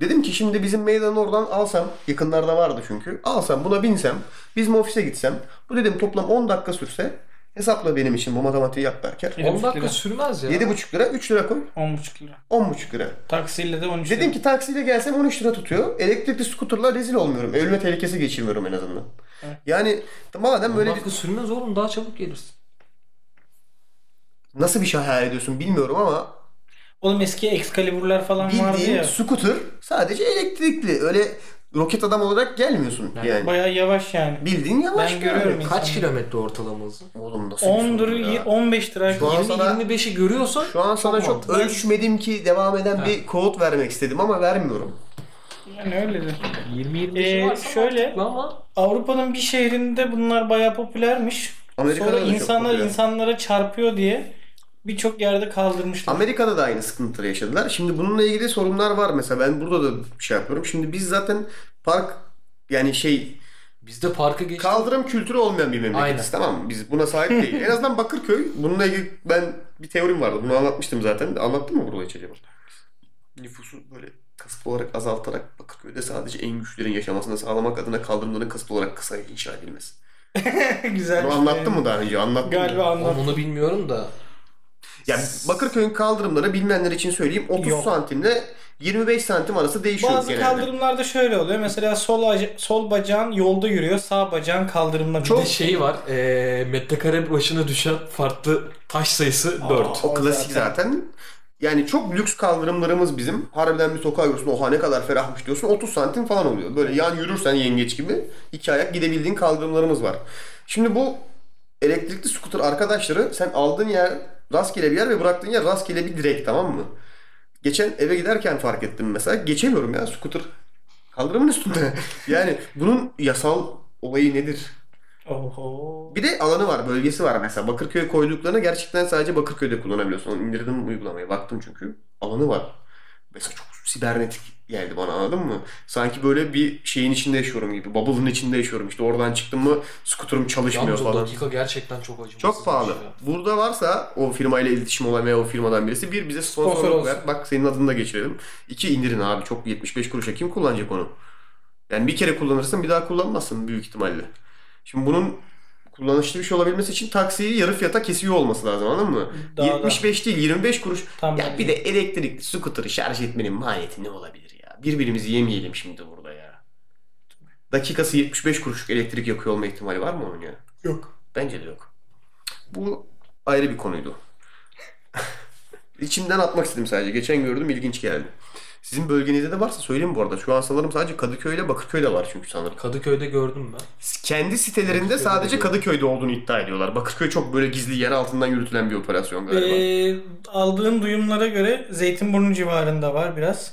S2: Dedim ki şimdi bizim meydanı oradan alsam, yakınlarda vardı çünkü. Alsam buna binsem, bizim ofise gitsem. Bu dedim toplam 10 dakika sürse hesapla benim için bu matematiği yap Berker.
S1: 10 dakika sürmez ya.
S2: 7,5 lira 3 lira koy
S3: 10,5 lira.
S2: 10,5 lira.
S3: Taksiyle de 13
S2: Dedim ki taksiyle gelsem 13 lira tutuyor. Elektrikli skuterla rezil olmuyorum. Ölme tehlikesi geçirmiyorum en azından. Yani madem
S1: 10
S2: böyle bir...
S1: dakika sürmez oğlum daha çabuk gelirsin.
S2: nasıl bir şey hayal ediyorsun bilmiyorum ama
S3: Oğlum eski Excalibur'lar falan vardı
S2: bildiğin
S3: ya.
S2: scooter sadece elektrikli. Öyle roket adam olarak gelmiyorsun yani.
S3: Bayağı yavaş yani.
S2: Bildiğin yavaş
S3: Ben
S2: bir adam.
S3: görüyorum.
S1: Kaç kilometre ortalama hızı?
S2: Oğlum nasıl bir
S3: 10
S2: sorun
S3: duru-
S2: ya?
S3: 15 lira.
S2: Şu an- Sana-
S1: 20-25'i görüyorsan
S2: Şu an sana çok
S1: mantıklı.
S2: ölçmedim ki devam eden bir kod vermek istedim ama vermiyorum.
S3: Yani öyle de.
S1: 20-25'i
S3: Ee,
S1: varsa
S3: şöyle-
S1: mantıklı ama
S3: Avrupa'nın bir şehrinde bunlar bayağı popülermiş.
S2: Amerika'da
S3: Sonra
S2: da çok
S3: insanlar
S2: popüler.
S3: insanlara çarpıyor diye birçok yerde kaldırmışlar.
S2: Amerika'da da aynı sıkıntıları yaşadılar. Şimdi bununla ilgili sorunlar var mesela. Ben burada da şey yapıyorum. Şimdi biz zaten park yani şey
S1: bizde parka geç
S2: kaldırım kültürü olmayan bir memleketiz tamam mı? Biz buna sahip değil. en azından Bakırköy bununla ilgili ben bir teorim vardı. Bunu anlatmıştım zaten. Anlattım mı burada hiç acaba? Nüfusu böyle kasıtlı olarak azaltarak Bakırköy'de sadece en güçlerin yaşamasını sağlamak adına kaldırımların kasıtlı olarak kısa inşa edilmesi.
S3: Güzel.
S2: Bunu anlattım mı daha önce? Anlattım.
S3: Galiba
S1: Oğlum
S3: anlattım.
S1: onu bilmiyorum da
S2: Ya Bakırköy'ün kaldırımları bilmeyenler için söyleyeyim 30
S3: Yok.
S2: santimle 25 santim arası değişiyor
S3: Bazı
S2: genelde.
S3: kaldırımlarda şöyle oluyor. Mesela sol ac- sol bacağın yolda yürüyor, sağ bacağın kaldırımda.
S1: Bir de şey var. E, metrekare başına düşen farklı taş sayısı 4.
S2: O klasik zaten. Yani çok lüks kaldırımlarımız bizim. Harbiden bir sokağa görüyorsun oha ne kadar ferahmış diyorsun 30 santim falan oluyor. Böyle yan yürürsen yengeç gibi iki ayak gidebildiğin kaldırımlarımız var. Şimdi bu elektrikli skuter arkadaşları sen aldığın yer rastgele bir yer ve bıraktığın yer rastgele bir direk tamam mı? Geçen eve giderken fark ettim mesela. Geçemiyorum ya skuter kaldırımın üstünde. yani bunun yasal olayı nedir?
S3: Oho.
S2: Bir de alanı var, bölgesi var mesela. Bakırköy'e koyduklarını gerçekten sadece Bakırköy'de kullanabiliyorsun. Onu İndirdim uygulamayı, baktım çünkü. Alanı var. Mesela çok sibernetik geldi bana anladın mı? Sanki böyle bir şeyin içinde yaşıyorum gibi. Bubble'ın içinde yaşıyorum. İşte oradan çıktım mı skuterum çalışmıyor
S1: Yalnız o
S2: falan.
S1: dakika gerçekten çok acımasız. şey
S2: Çok pahalı. Burada varsa o firmayla iletişim olan veya o firmadan birisi bir bize
S3: Sponsor
S2: sponsorluk
S3: olsun.
S2: ver. Bak senin adını da geçirelim. İki indirin abi. Çok 75 kuruşa kim kullanacak onu? Yani bir kere kullanırsın bir daha kullanmazsın büyük ihtimalle. Şimdi bunun kullanışlı bir şey olabilmesi için taksiyi yarı fiyata kesiyor olması lazım anladın mı?
S3: Daha da.
S2: 75 değil 25 kuruş.
S3: Tam
S2: ya bir de elektrikli scooter'ı şarj etmenin maliyeti ne olabilir ya? Birbirimizi yemeyelim şimdi burada ya. Dakikası 75 kuruşluk elektrik yakıyor olma ihtimali var mı onun ya?
S3: Yok.
S2: Bence de yok. Bu ayrı bir konuydu. İçimden atmak istedim sadece. Geçen gördüm ilginç geldi. Sizin bölgenizde de varsa söyleyin bu arada. Şu an sanırım sadece Kadıköy ile Bakırköy de var çünkü sanırım.
S1: Kadıköy'de gördüm ben.
S2: Kendi sitelerinde
S1: Kadıköy'de
S2: sadece
S1: de-
S2: Kadıköy'de olduğunu iddia ediyorlar. Bakırköy çok böyle gizli yer altından yürütülen bir operasyon galiba.
S3: Ee, aldığım duyumlara göre Zeytinburnu civarında var biraz.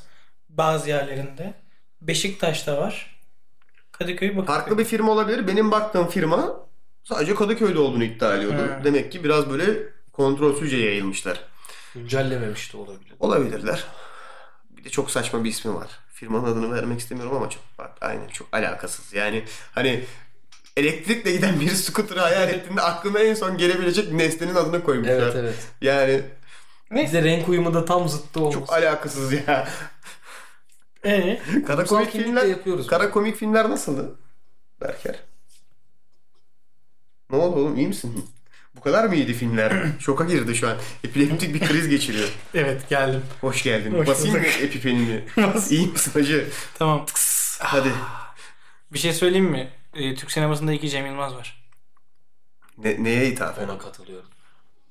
S3: Bazı yerlerinde. Beşiktaş'ta var. Kadıköy bak.
S2: Farklı bir firma olabilir. Benim baktığım firma sadece Kadıköy'de olduğunu iddia ediyordu.
S3: He.
S2: Demek ki biraz böyle kontrolsüzce yayılmışlar.
S1: Güncellememiş de olabilir.
S2: Olabilirler. Bir de çok saçma bir ismi var. Firmanın adını vermek istemiyorum ama çok bak aynen çok alakasız. Yani hani elektrikle giden bir scooter'ı hayal ettiğinde aklına en son gelebilecek nesnenin adını koymuşlar.
S1: Evet evet.
S2: Yani
S1: Bize renk uyumu da tam zıttı olmuş.
S2: çok alakasız ya.
S3: Ee,
S2: Kara
S1: Kurumsal
S2: komik
S1: kimlik de
S2: filmler
S1: yapıyoruz.
S2: Kara komik filmler nasıldı? Berker. Ne oldu oğlum iyi misin? Bu kadar mı iyiydi filmler? Şoka girdi şu an. Epileptik bir kriz geçiriyor.
S3: evet geldim.
S2: Hoş geldin.
S3: Hoş
S2: Basayım mı
S3: bulduk. Ah.
S2: epipenini?
S3: Bas.
S2: İyi misin hacı?
S3: tamam.
S2: Hadi.
S3: Bir şey söyleyeyim mi? Ee, Türk sinemasında iki Cem Yılmaz var.
S2: Ne, neye hitap
S1: Ona katılıyorum.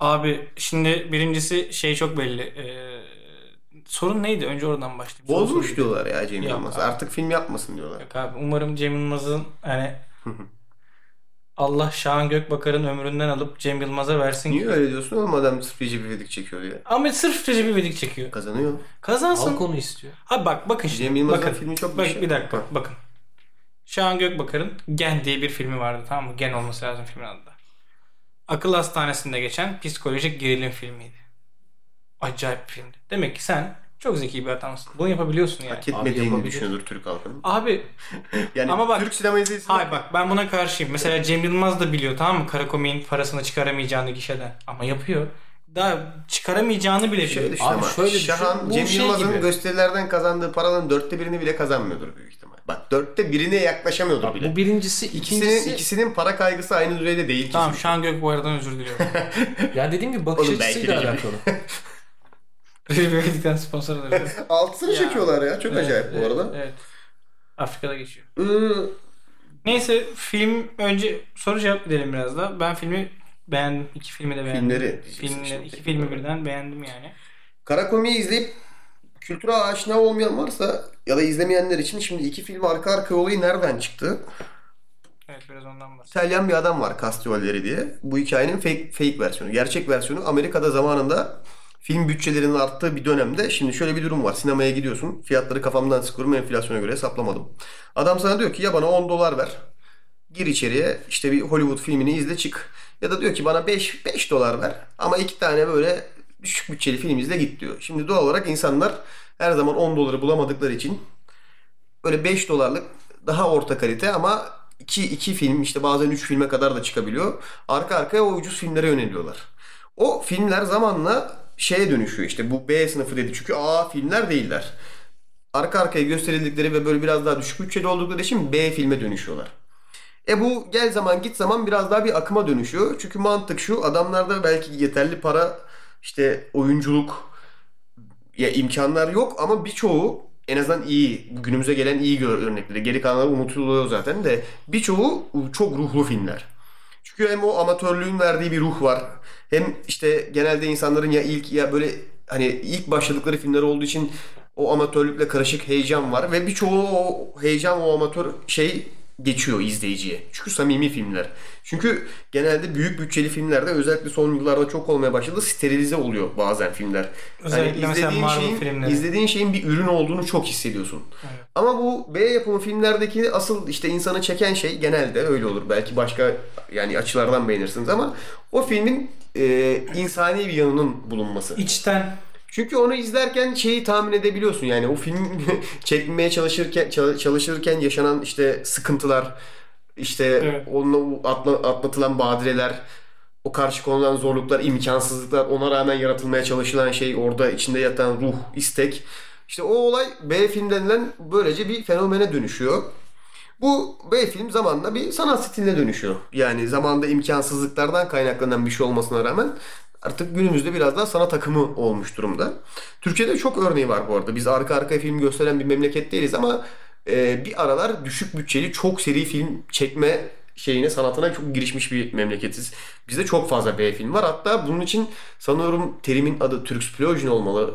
S3: Abi şimdi birincisi şey çok belli. Ee, sorun neydi? Önce oradan başlayayım. Sorun
S2: Bozmuş
S3: sorun.
S2: diyorlar ya Cem
S3: Yok
S2: Yılmaz.
S3: abi.
S2: Artık film yapmasın diyorlar.
S3: Yok abi umarım Cem Yılmaz'ın hani Allah Şahan Gökbakar'ın ömründen alıp Cem Yılmaz'a versin.
S2: Niye öyle diyorsun oğlum adam sırf Recep İvedik çekiyor ya.
S3: Ama sırf Recep İvedik çekiyor.
S2: Kazanıyor.
S3: Kazansın.
S1: Halk onu istiyor.
S3: Abi bak bakın şimdi.
S2: Cem Yılmaz'ın
S3: bakın.
S2: filmi çok
S3: Bak,
S2: bir şey.
S3: bir dakika bak, bakın. Şahan Gökbakar'ın Gen diye bir filmi vardı tamam mı? Gen olması lazım filmin adı da. Akıl hastanesinde geçen psikolojik gerilim filmiydi. Acayip bir filmdi. Demek ki sen çok zeki bir adamsın. Bunu yapabiliyorsun yani.
S2: Hak etmediğini
S1: yapabilir.
S2: düşünüyordur Türk halkının.
S3: Abi
S2: Yani
S3: Ama bak-
S2: Türk sinema izleyicisi.
S3: Hayır bak ben buna karşıyım. Mesela Cem Yılmaz da biliyor tamam mı? Karakomik'in parasını çıkaramayacağını gişeden. Ama yapıyor. Daha çıkaramayacağını bile
S2: Şöyle
S3: biliyor.
S2: düşün
S1: Ee, Abi
S2: ama.
S1: şöyle düşün,
S2: Şahan
S1: bu
S2: Cem
S1: şey
S2: Yılmaz'ın
S1: gibi.
S2: gösterilerden kazandığı paranın dörtte birini bile kazanmıyordur büyük ihtimal. Bak dörtte birine yaklaşamıyordur bile.
S1: Bu birincisi,
S2: İkisinin,
S1: ikincisi.
S2: ikisinin para kaygısı aynı düzeyde değil ki.
S3: Tamam Şahan Gökboyar'dan özür diliyorum.
S1: Yani dediğim gibi bakış
S2: Oğlum belki
S1: açısıyla
S2: de-
S1: alakalı.
S3: Revivek'ten sponsor alıyoruz.
S2: Altısını
S3: Ya.
S2: çekiyorlar ya. Çok acayip bu
S3: Evet,
S2: arada.
S3: Evet. Afrika'da geçiyor.
S2: Iı,
S3: Neyse film önce soru cevap edelim biraz da. Ben filmi beğendim. İki filmi de beğendim.
S2: Filmleri.
S3: Filmleri, iki filmi birden beğendim yani.
S2: Kara Komik'i izleyip kültüre aşina olmayan varsa ya da izlemeyenler için şimdi iki film arka arka olayı nereden çıktı?
S3: Evet biraz ondan bahsedeyim.
S2: İtalyan bir adam var Castivalleri diye. Bu hikayenin fake, fake versiyonu. Gerçek versiyonu Amerika'da zamanında film bütçelerinin arttığı bir dönemde şimdi şöyle bir durum var. Sinemaya gidiyorsun. Fiyatları kafamdan sıkıyorum. Enflasyona göre hesaplamadım. Adam sana diyor ki ya bana 10 dolar ver. Gir içeriye işte bir Hollywood filmini izle çık. Ya da diyor ki bana 5, 5 dolar ver. Ama iki tane böyle düşük bütçeli film izle git diyor. Şimdi doğal olarak insanlar her zaman 10 doları bulamadıkları için böyle 5 dolarlık daha orta kalite ama 2 2 film işte bazen 3 filme kadar da çıkabiliyor. Arka arkaya o ucuz filmlere yöneliyorlar. O filmler zamanla şeye dönüşüyor işte bu B sınıfı dedi çünkü A filmler değiller. Arka arkaya gösterildikleri ve böyle biraz daha düşük bütçeli oldukları için B filme dönüşüyorlar. E bu gel zaman git zaman biraz daha bir akıma dönüşüyor. Çünkü mantık şu adamlarda belki yeterli para işte oyunculuk ya imkanlar yok ama birçoğu en azından iyi günümüze gelen iyi gör- örnekleri geri kalanları unutuluyor zaten de birçoğu çok ruhlu filmler. Çünkü hem o amatörlüğün verdiği bir ruh var. Hem işte genelde insanların ya ilk ya böyle hani ilk başladıkları filmler olduğu için o amatörlükle karışık heyecan var ve birçoğu o heyecan o amatör şey geçiyor izleyiciye. Çünkü samimi filmler. Çünkü genelde büyük bütçeli filmlerde özellikle son yıllarda çok olmaya başladı sterilize oluyor bazen filmler.
S3: Özellikle
S2: hani
S3: mesela
S2: izlediğin
S3: Marvel
S2: şeyin,
S3: filmleri.
S2: izlediğin şeyin bir ürün olduğunu çok hissediyorsun.
S3: Evet.
S2: Ama bu B yapımı filmlerdeki asıl işte insanı çeken şey genelde öyle olur. Belki başka yani açılardan beğenirsiniz ama o filmin e, insani bir yanının bulunması.
S3: İçten
S2: Çünkü onu izlerken şeyi tahmin edebiliyorsun. Yani o film çekmeye çalışırken çal- çalışırken yaşanan işte sıkıntılar, işte
S3: Evet.
S2: onunla atla- atlatılan badireler, o karşı konulan zorluklar, imkansızlıklar, ona rağmen yaratılmaya çalışılan şey, orada içinde yatan ruh, istek. İşte o olay B film denilen böylece bir fenomene dönüşüyor. Bu B film zamanla bir sanat stiline dönüşüyor. Yani zamanda imkansızlıklardan kaynaklanan bir şey olmasına rağmen artık günümüzde biraz daha sanat akımı olmuş durumda. Türkiye'de çok örneği var bu arada. Biz arka arkaya film gösteren bir memleket değiliz ama e, bir aralar düşük bütçeli çok seri film çekme şeyine sanatına çok girişmiş bir memleketiz. Bizde çok fazla B film var. Hatta bunun için sanıyorum terimin adı Türkspilojin olmalı.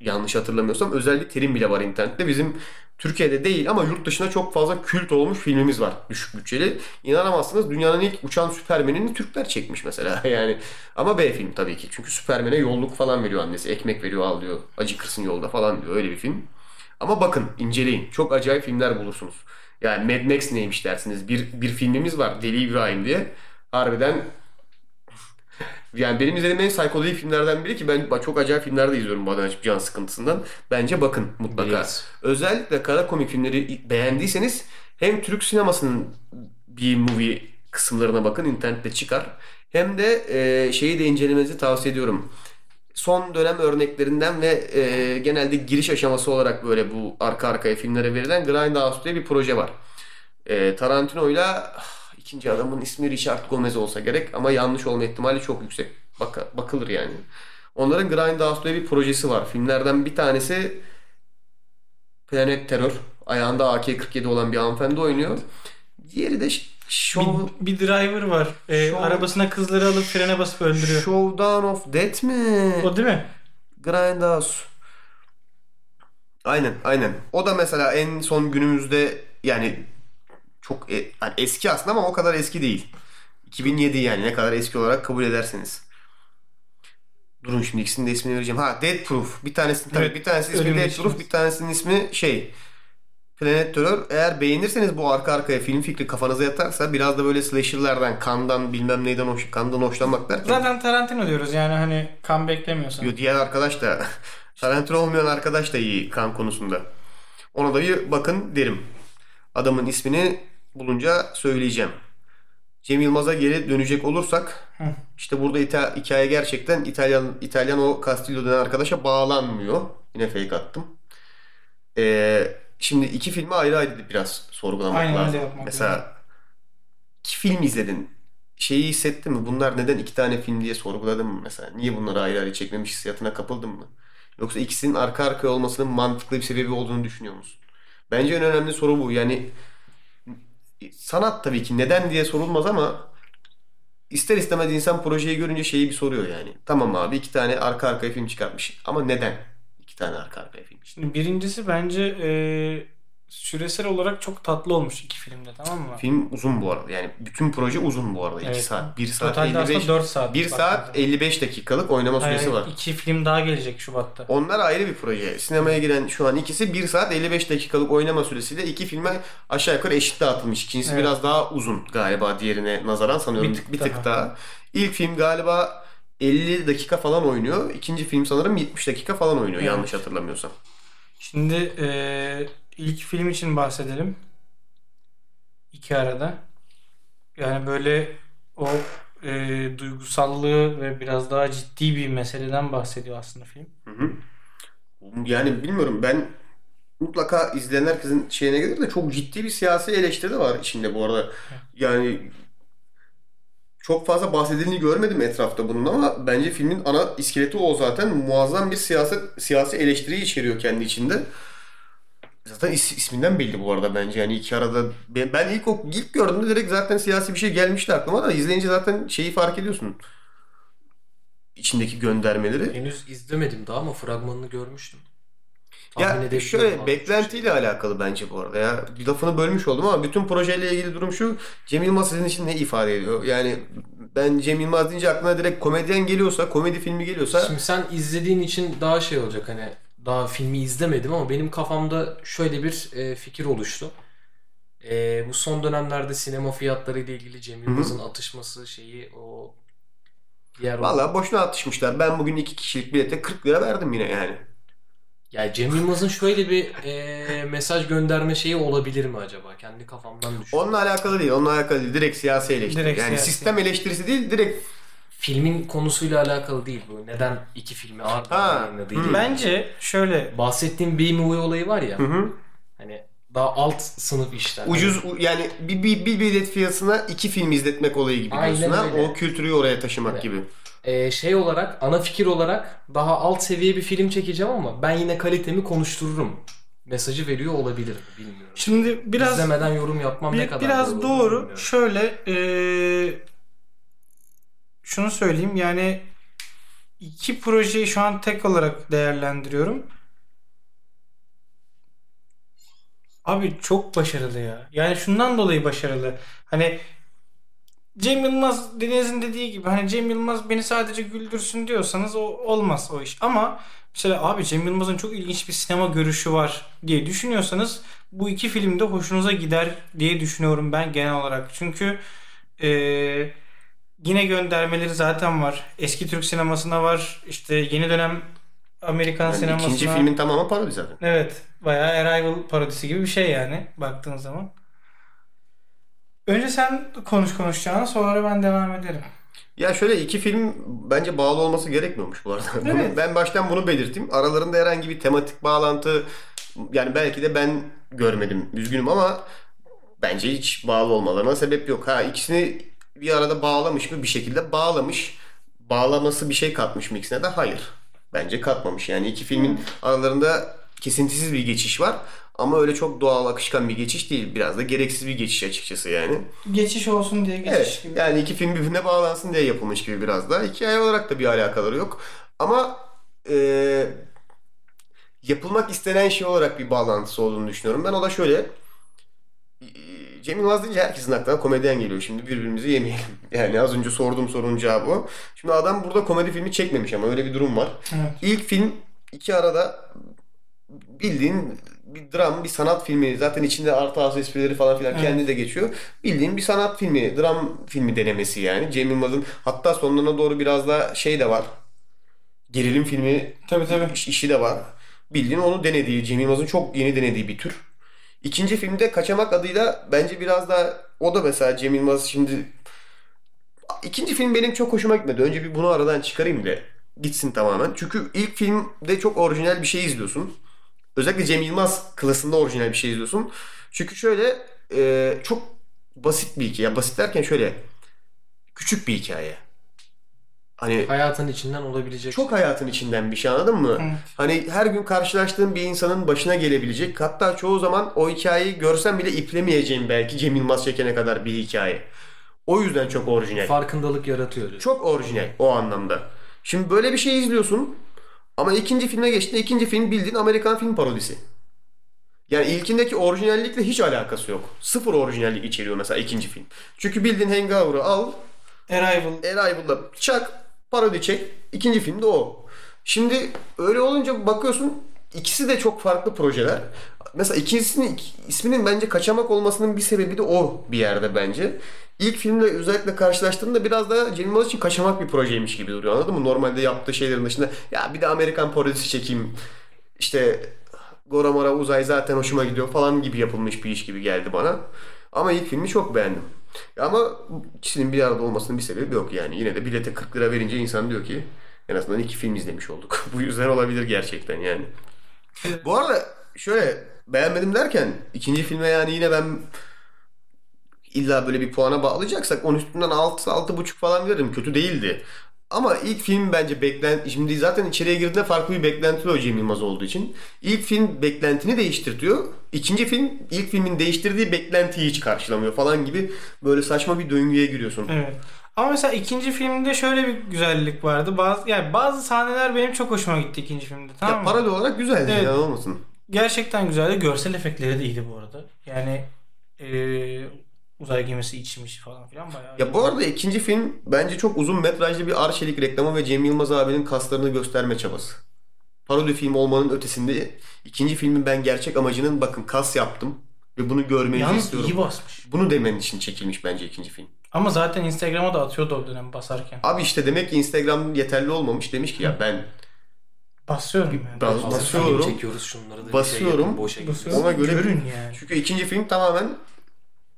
S2: Yanlış hatırlamıyorsam özel bir terim bile var internette. Bizim Türkiye'de değil ama yurt dışında çok fazla kült olmuş filmimiz var. Düşük bütçeli. İnanamazsınız dünyanın ilk uçan Süpermen'ini Türkler çekmiş mesela. Yani ama B film tabii ki. Çünkü Süpermen'e yolluk falan veriyor annesi. Ekmek veriyor al diyor. Acıkırsın yolda falan diyor. Öyle bir film. Ama bakın inceleyin. Çok acayip filmler bulursunuz. Yani Mad Max neymiş dersiniz. Bir, bir filmimiz var Deli İbrahim diye. Harbiden yani benim izlediğim en psikodelik filmlerden biri ki ben çok acayip filmler de izliyorum bazen açıp can sıkıntısından. Bence bakın mutlaka.
S1: Biliriz.
S2: Özellikle kara komik filmleri beğendiyseniz hem Türk sinemasının bir movie kısımlarına bakın internette çıkar. Hem de e, şeyi de incelemenizi tavsiye ediyorum. Son dönem örneklerinden ve e, genelde giriş aşaması olarak böyle bu arka arkaya filmlere verilen Grindhouse diye bir proje var. E, Tarantino'yla ah, ikinci adamın ismi Richard Gomez olsa gerek ama yanlış olma ihtimali çok yüksek. Baka, bakılır yani. Onların Grindhouse diye bir projesi var. Filmlerden bir tanesi Planet Terror. Ayağında AK-47 olan bir hanımefendi oynuyor. Diğeri de ş- Show...
S3: bir, bir driver var. Ee,
S2: Şov-
S3: arabasına kızları alıp frene basıp öldürüyor.
S2: Showdown of Death mi?
S3: O değil mi?
S2: Grindhouse. Aynen aynen. O da mesela en son günümüzde yani çok e- hani eski aslında ama o kadar eski değil. 2007 yani ne kadar eski olarak kabul ederseniz. Durun şimdi ikisinin de ismini vereceğim. Ha Dead Proof. Bir tanesinin tabii
S3: Evet,
S2: bir tanesinin ismi
S3: ölüm
S2: Dead
S3: geçirmez.
S2: Proof, bir tanesinin ismi şey Planet Terror. Eğer beğenirseniz bu arka arkaya film fikri kafanıza yatarsa biraz da böyle slasher'lardan, kandan bilmem neyden hoş, kandan hoşlanmak derken.
S3: Zaten Tarantino diyoruz yani hani kan beklemiyorsan.
S2: Yo, diğer arkadaş da Tarantino olmayan arkadaş da iyi kan konusunda. Ona da bir bakın derim. Adamın ismini bulunca söyleyeceğim. Cem Yılmaz'a geri dönecek olursak
S3: Hı.
S2: işte burada ita- hikaye gerçekten İtalyan İtalyan o Castillo denen arkadaşa bağlanmıyor. Yine fake attım. Ee, şimdi iki filmi ayrı ayrı biraz sorgulamak
S3: Aynen öyle
S2: lazım.
S3: yapmak
S2: Mesela
S3: lazım.
S2: iki film izledin. Şeyi hissettin mi? Bunlar neden iki tane film diye sorguladın mı mesela? Niye bunları ayrı ayrı çekmemiş hissiyatına kapıldın mı? Yoksa ikisinin arka arkaya olmasının mantıklı bir sebebi olduğunu düşünüyor musun? Bence en önemli soru bu. Yani sanat tabii ki neden diye sorulmaz ama İster istemez insan projeyi görünce şeyi bir soruyor yani. Tamam abi iki tane arka arkaya film çıkartmış ama neden iki tane arka arkaya film çıkartmış?
S3: Şimdi birincisi bence e, süresel olarak çok tatlı olmuş iki filmde tamam mı?
S2: Film uzun bu arada yani bütün proje uzun bu arada 2
S3: Evet.
S2: saat 1 saat
S3: Totalde aslında
S2: 55
S3: 4 saat.
S2: 1 saat 55 dakikalık oynama süresi var.
S3: İki film daha gelecek Şubat'ta.
S2: Onlar ayrı bir proje. Sinemaya giren şu an ikisi 1 saat 55 dakikalık oynama süresiyle iki filme aşağı yukarı eşit dağıtılmış. İkincisi
S3: Evet.
S2: biraz daha uzun galiba diğerine nazaran sanıyorum.
S3: Bir
S2: Bir
S3: tık
S2: tık,
S3: daha.
S2: daha. İlk film galiba 50 dakika falan oynuyor. İkinci film sanırım 70 dakika falan oynuyor
S3: Evet.
S2: yanlış hatırlamıyorsam.
S3: Şimdi e, ilk film için bahsedelim. İki arada. Yani böyle o e, duygusallığı ve biraz daha ciddi bir meseleden bahsediyor aslında film.
S2: Hı hı. Yani bilmiyorum ben mutlaka izleyen herkesin şeyine gelir de çok ciddi bir siyasi eleştiri de var içinde bu arada. Yani çok fazla bahsedildiğini görmedim etrafta bunun ama bence filmin ana iskeleti o zaten. Muazzam bir siyaset siyasi eleştiri içeriyor kendi içinde. Zaten is- isminden belli bu arada bence. Yani iki arada ben ben ilk o- ilk gördüğümde direkt zaten siyasi bir şey gelmişti aklıma da izleyince zaten şeyi fark ediyorsun. İçindeki göndermeleri.
S1: Henüz izlemedim daha ama fragmanını görmüştüm. Tahmin
S2: Ya
S1: edebiliyorum
S2: şöyle
S1: abi.
S2: beklentiyle alakalı bence bu arada ya. Bir Lafını bölmüş oldum ama bütün projeyle ilgili durum şu. Cem Yılmaz sizin için ne ifade ediyor? Yani ben Cem Yılmaz deyince aklına direkt komedyen geliyorsa, komedi filmi geliyorsa
S1: Şimdi sen izlediğin için daha şey olacak hani daha filmi izlemedim ama benim kafamda şöyle bir e, fikir oluştu. E, bu son dönemlerde sinema fiyatları ile ilgili Cem Yılmaz'ın atışması şeyi o diğer o-
S2: valla boşuna atışmışlar. Ben bugün iki kişilik bilete 40 lira verdim yine yani.
S1: Yani Cem Yılmaz'ın şöyle bir e, mesaj gönderme şeyi olabilir mi acaba? Kendi kafamdan düşünüyorum.
S2: Onunla alakalı değil. Onunla alakalı değil. Direkt siyasi eleştiri.
S3: Direkt
S2: yani
S3: siyasi.
S2: sistem eleştirisi değil. Direkt
S1: Filmin konusuyla alakalı değil bu. Neden iki filmi arda
S2: Ha,
S1: arda yayınladığı
S2: hı.
S1: değil.
S3: Bence şöyle
S1: Bahsettiğim B-movie olayı var ya.
S2: Hı hı.
S1: Hani daha alt sınıf işler.
S2: ucuz u- yani bir, bir, bir bilet fiyatına iki film izletmek olayı gibi
S1: Aynen
S2: diyorsun ha.
S1: öyle.
S2: O kültürü oraya taşımak
S1: Evet.
S2: gibi.
S1: Ee, şey olarak ana fikir olarak daha alt seviye bir film çekeceğim ama ben yine kalitemi konuştururum. Mesajı veriyor olabilir mi bilmiyorum.
S3: şimdi biraz
S1: İzlemeden yorum yapmam ne
S3: bir-
S1: kadar
S3: biraz
S1: olur
S3: doğru.
S1: bilmiyorum.
S3: Şöyle e, şunu söyleyeyim yani iki projeyi şu an tek olarak değerlendiriyorum. Abi çok başarılı ya. Yani şundan dolayı başarılı. Hani Cem Yılmaz Deniz'in dediği gibi hani Cem Yılmaz beni sadece güldürsün diyorsanız o olmaz o iş. Ama mesela abi Cem Yılmaz'ın çok ilginç bir sinema görüşü var diye düşünüyorsanız bu iki film de hoşunuza gider diye düşünüyorum ben genel olarak. Çünkü eee, yine göndermeleri zaten var. Eski Türk sinemasına var. İşte yeni dönem Amerikan
S2: Yani
S3: sinemasına.
S2: ikinci filmin tamamı parodi zaten.
S3: Evet. Bayağı Arrival parodisi gibi bir şey yani baktığın zaman. Önce sen konuş konuşacağını sonra ben devam ederim.
S2: Ya şöyle iki film bence bağlı olması gerekmiyormuş bu arada. Bunu-
S3: Evet.
S2: ben baştan bunu belirteyim. Aralarında herhangi bir tematik bağlantı yani belki de ben görmedim. Üzgünüm ama bence hiç bağlı olmalarına sebep yok. Ha ikisini bir arada bağlamış mı bir şekilde bağlamış. Bağlaması bir şey katmış mı ikisine de? Hayır. Bence katmamış. Yani iki filmin aralarında kesintisiz bir geçiş var. Ama öyle çok doğal akışkan bir geçiş değil. Biraz da gereksiz bir geçiş açıkçası yani.
S3: Geçiş olsun diye geçiş
S2: Evet.
S3: gibi.
S2: Yani iki film birbirine bağlansın diye yapılmış gibi biraz da. Hikaye olarak da bir alakaları yok. Ama e, yapılmak istenen şey olarak bir bağlantısı olduğunu düşünüyorum. Ben o da şöyle. e, Cem Yılmaz deyince herkesin aklına komedyen geliyor şimdi. Birbirimizi yemeyelim. Yani az önce sorduğum sorunun cevabı o. Şimdi adam burada komedi filmi çekmemiş ama öyle bir durum var.
S3: Evet.
S2: İlk film iki arada bildiğin bir dram, bir sanat filmi. Zaten içinde artı artı esprileri falan filan
S3: Evet.
S2: kendi de geçiyor. Bildiğin bir sanat filmi, dram filmi denemesi yani. Cem Yılmaz'ın hatta sonlarına doğru biraz daha şey de var. Gerilim filmi
S3: Tabii tabii.
S2: iş- işi de var. Bildiğin onu denediği, Cem Yılmaz'ın çok yeni denediği bir tür. İkinci filmde Kaçamak adıyla bence biraz daha o da mesela Cem Yılmaz şimdi ikinci film benim çok hoşuma gitmedi. Önce bir bunu aradan çıkarayım da gitsin tamamen. Çünkü ilk filmde çok orijinal bir şey izliyorsun. Özellikle Cem Yılmaz klasında orijinal bir şey izliyorsun. Çünkü şöyle e, çok basit bir hikaye. Basit derken şöyle küçük bir hikaye. Hani
S1: Hayatın içinden olabilecek.
S2: çok hayatın içinden bir şey anladın mı?
S3: Evet.
S2: Hani her gün karşılaştığın bir insanın başına gelebilecek hatta çoğu zaman o hikayeyi görsen bile iplemeyeceğin belki Cem Yılmaz çekene kadar bir hikaye. O yüzden çok orijinal.
S1: Farkındalık yaratıyor.
S2: Çok orijinal o anlamda. Şimdi böyle bir şey izliyorsun ama ikinci filme geçtiğinde ikinci film bildiğin Amerikan film parodisi. Yani ilkindeki orijinallikle hiç alakası yok. Sıfır orijinallik içeriyor mesela ikinci film. Çünkü bildiğin Hangover'ı al,
S3: Arrival.
S2: Arrival'la çak, parodi çek. İkinci film de o. Şimdi öyle olunca bakıyorsun ikisi de çok farklı projeler. Mesela ikincisinin ik- isminin bence kaçamak olmasının bir sebebi de o bir yerde bence. İlk filmle özellikle karşılaştığında biraz da Cem Yılmaz için kaçamak bir projeymiş gibi duruyor anladın mı? Normalde yaptığı şeylerin dışında ya bir de Amerikan parodisi çekeyim işte Gora Mora Uzay zaten hoşuma gidiyor falan gibi yapılmış bir iş gibi geldi bana. Ama ilk filmi çok beğendim. Ama ikisinin bir arada olmasının bir sebebi yok yani. Yine de bilete 40 lira verince insan diyor ki en azından iki film izlemiş olduk. Bu yüzden olabilir gerçekten yani. Bu arada şöyle beğenmedim derken ikinci filme yani yine ben illa böyle bir puana bağlayacaksak onun üstünden 6 6,5 falan veririm. Kötü değildi. Ama ilk film bence beklen şimdi zaten içeriye girdiğinde farklı bir beklenti oluyor Cem Yılmaz olduğu için. İlk film beklentini değiştiriyor. İkinci film ilk filmin değiştirdiği beklentiyi hiç karşılamıyor falan gibi böyle saçma bir döngüye giriyorsun.
S3: Evet. Ama mesela ikinci filmde şöyle bir güzellik vardı. Bazı yani bazı sahneler benim çok hoşuma gitti ikinci filmde. Tamam
S2: Ya
S3: mı?
S2: paralel olarak güzeldi
S3: Evet.
S2: yani olmasın.
S3: Gerçekten güzeldi. Görsel efektleri de iyiydi bu arada. Yani eee, uzay gemisi içmiş falan filan bayağı.
S2: Ya bu arada ikinci film bence çok uzun metrajlı bir Arçelik reklamı ve Cem Yılmaz abinin kaslarını gösterme çabası. Parodi film olmanın ötesinde ikinci filmin ben gerçek amacının bakın kas yaptım ve bunu görmenizi
S3: Yalnız
S2: istiyorum.
S3: iyi basmış.
S2: Bunu demen için çekilmiş bence ikinci film.
S3: Ama zaten Instagram'a da atıyordu o dönem basarken.
S2: Abi işte demek ki Instagram yeterli olmamış demiş ki ya ben
S3: Basıyorum yani.
S2: Bas-
S1: Aslında
S2: basıyorum.
S1: film Çekiyoruz şunları da bir
S2: Basıyorum.
S1: Şey yapın, boşa
S3: Basıyorum.
S1: gidiyoruz.
S2: Ona göre-
S3: Görün yani.
S2: çünkü ikinci film tamamen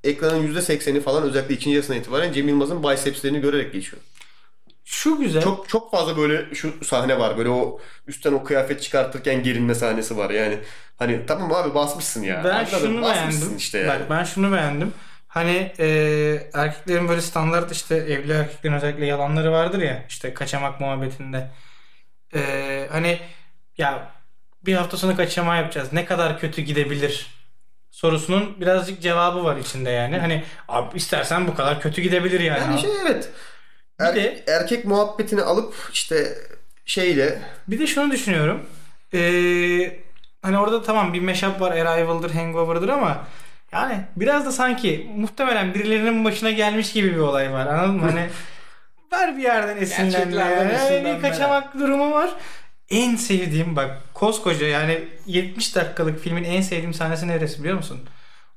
S2: ekranın %80'i falan özellikle ikinci yarısına itibaren Cem Yılmaz'ın bicepslerini görerek geçiyor.
S3: Şu güzel.
S2: Çok çok fazla böyle şu sahne var. Böyle o üstten o kıyafet çıkartırken gerilme sahnesi var. Yani hani tamam abi basmışsın ya.
S3: Ben
S2: Anladın,
S3: şunu
S2: basmışsın
S3: beğendim.
S2: işte yani.
S3: Bak ben şunu beğendim. Hani eee, erkeklerin böyle standart işte evli erkeklerin özellikle yalanları vardır ya işte kaçamak muhabbetinde. Eee, hani ya bir hafta sonra kaçamağı yapacağız. Ne kadar kötü gidebilir? sorusunun birazcık cevabı var içinde yani. Hani abi istersen bu kadar kötü gidebilir yani.
S2: Yani şey evet.
S3: Bir
S2: Er-
S3: de-
S2: erkek muhabbetini alıp işte şeyle
S3: Bir de şunu düşünüyorum. Ee, hani orada tamam bir mashup var. Arrival'dır, Hangover'dır ama yani biraz da sanki muhtemelen birilerinin başına gelmiş gibi bir olay var. Anladın mı? Hani ver bir yerden esinlenme.
S1: Gerçeklerden
S3: yani.
S1: esinlenme.
S3: Bir kaçamak durumu var. En sevdiğim bak koskoca yani 70 dakikalık filmin en sevdiğim sahnesi neresi biliyor musun?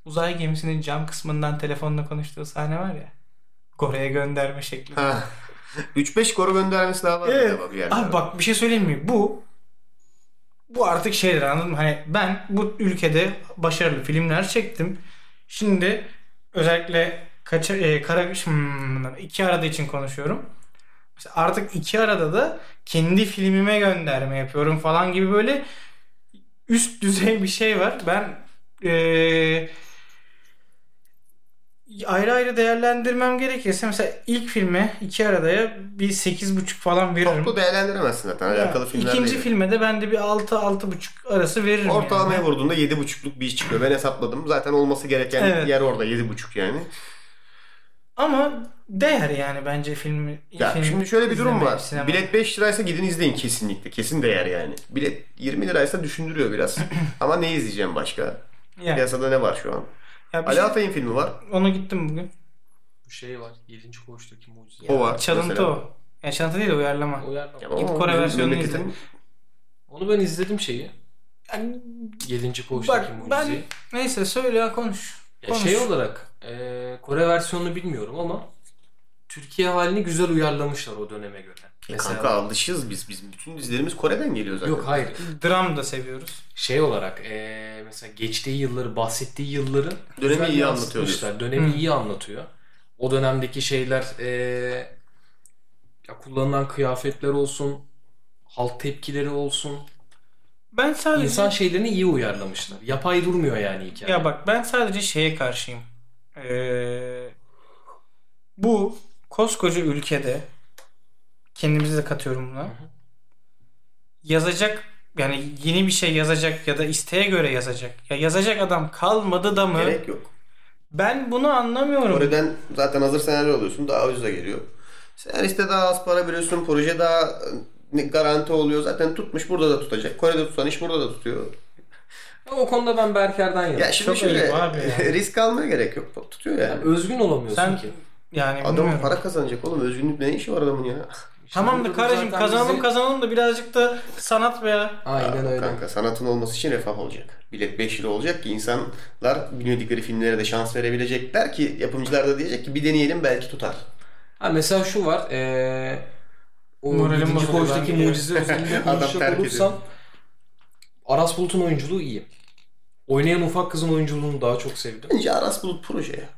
S3: Uzay gemisinin cam kısmından telefonla konuştuğu sahne var ya. Kore'ye gönderme şekli.
S2: ha, 3-5 koru göndermesi daha var.
S3: Evet.
S2: bir yerde.
S3: Ee, Abi bak bir şey söyleyeyim mi? Bu bu artık şeyler anladın mı? Hani ben bu ülkede başarılı filmler çektim. Şimdi özellikle kaça, e, kara, hmm, iki arada için konuşuyorum. Mesela artık iki arada da kendi filmime gönderme yapıyorum falan gibi böyle üst düzey bir şey var. Ben e, eee ayrı ayrı değerlendirmem gerekirse mesela ilk filme iki aradaya bir 8.5 falan veririm.
S2: Toplu değerlendiremezsin zaten.
S3: Ya,
S2: Alakalı filmler
S3: İkinci
S2: değil.
S3: filme de ben de bir 6-6.5 arası veririm.
S2: Ortalamaya
S3: yani.
S2: vurduğunda 7.5'luk bir iş çıkıyor. Ben hesapladım. Zaten olması gereken
S3: Evet.
S2: yer orada 7.5 yani.
S3: Ama değer yani bence filmi.
S2: Ya
S3: film
S2: şimdi şöyle bir durum
S3: izlemek,
S2: var.
S3: sinema.
S2: Bilet 5 liraysa gidin izleyin kesinlikle. Kesin değer yani. Bilet 20 liraysa düşündürüyor biraz. Ama ne izleyeceğim başka?
S3: Yani,
S2: Piyasada ne var şu an?
S3: ya bir
S2: Ali
S3: şey-
S2: Atay'ın filmi var.
S3: ona gittim bugün.
S1: Bu şey var. 7. Koğuş'taki mucize.
S2: O var.
S3: Çalıntı
S2: mesela.
S3: o. Ya çalıntı değil uyarlama.
S1: O yerden.
S2: Ya ama
S3: Git
S2: o
S3: Kore
S2: bizim
S3: versiyonunu
S2: memleketin-
S3: izle.
S1: Onu ben izledim şeyi.
S3: Yani,
S1: 7. Koğuş'taki
S3: bak ben
S1: mucizeyi.
S3: neyse söyle ya konuş.
S1: Ya
S3: konuş.
S1: şey olarak e, Kore versiyonunu bilmiyorum ama Türkiye halini güzel uyarlamışlar o döneme göre.
S2: E Kanka alışığız biz. Bizim bütün dizilerimiz Kore'den geliyor zaten.
S1: Yok hayır.
S3: Dram da seviyoruz.
S1: Şey olarak e, mesela geçtiği yılları, bahsettiği yılları
S2: Dönemi
S1: güzel
S2: iyi anlatıyor. diyorsun.
S1: yansıtmışlar. Dönemi
S3: Hı.
S1: iyi anlatıyor. O dönemdeki şeyler e, ya kullanılan kıyafetler olsun, halk tepkileri olsun.
S3: Ben sadece
S1: İnsan şeylerini iyi uyarlamışlar. Yapay durmuyor yani hikaye.
S3: Ya bak ben sadece şeye karşıyım. Ee, bu koskoca ülkede kendimizi de katıyorum buna. Yazacak yani yeni bir şey yazacak ya da isteğe göre yazacak. Ya yazacak adam kalmadı da mı?
S2: Gerek yok.
S3: Ben bunu anlamıyorum.
S2: Projeden zaten hazır senaryo alıyorsun. Daha ucuza geliyor. Senariste daha az para veriyorsun. Proje daha e, garanti oluyor. Zaten tutmuş burada da tutacak. Kore'de tutan iş burada da tutuyor.
S1: Ama o konuda ben Berker'den yana.
S2: Ya şimdi
S3: Çok
S2: şöyle
S3: ayıp abi ya.
S2: risk almaya gerek yok. Tutuyor yani.
S1: Özgün olamıyorsun
S3: Sen
S1: ki.
S3: yani
S2: Adam
S3: bilmiyorum.
S2: para kazanacak oğlum. Özgünlük ne işi var adamın ya?
S3: Tamam da
S1: Şimdi
S3: kardeşim
S1: zaten
S3: kazanalım
S1: bizi-
S3: kazanalım da birazcık da sanat veya
S1: Aynen öyle.
S2: Kanka sanatın olması için refah olacak. Bilet 5 lira olacak ki insanlar bilmedikleri filmlere de şans verebilecekler ki yapımcılar da diyecek ki bir deneyelim belki tutar.
S1: Ha mesela şu var. Eee o
S3: Moralim
S1: Moralim
S3: bozuldu, ben
S1: Koç'taki
S3: biliyorum.
S1: mucize özelinde
S2: Adam terk
S1: konuşacak
S2: ediyor.
S1: olursam Aras Bulut'un oyunculuğu iyi. Oynayan ufak kızın oyunculuğunu daha çok sevdim.
S2: Bence Aras Bulut proje ya.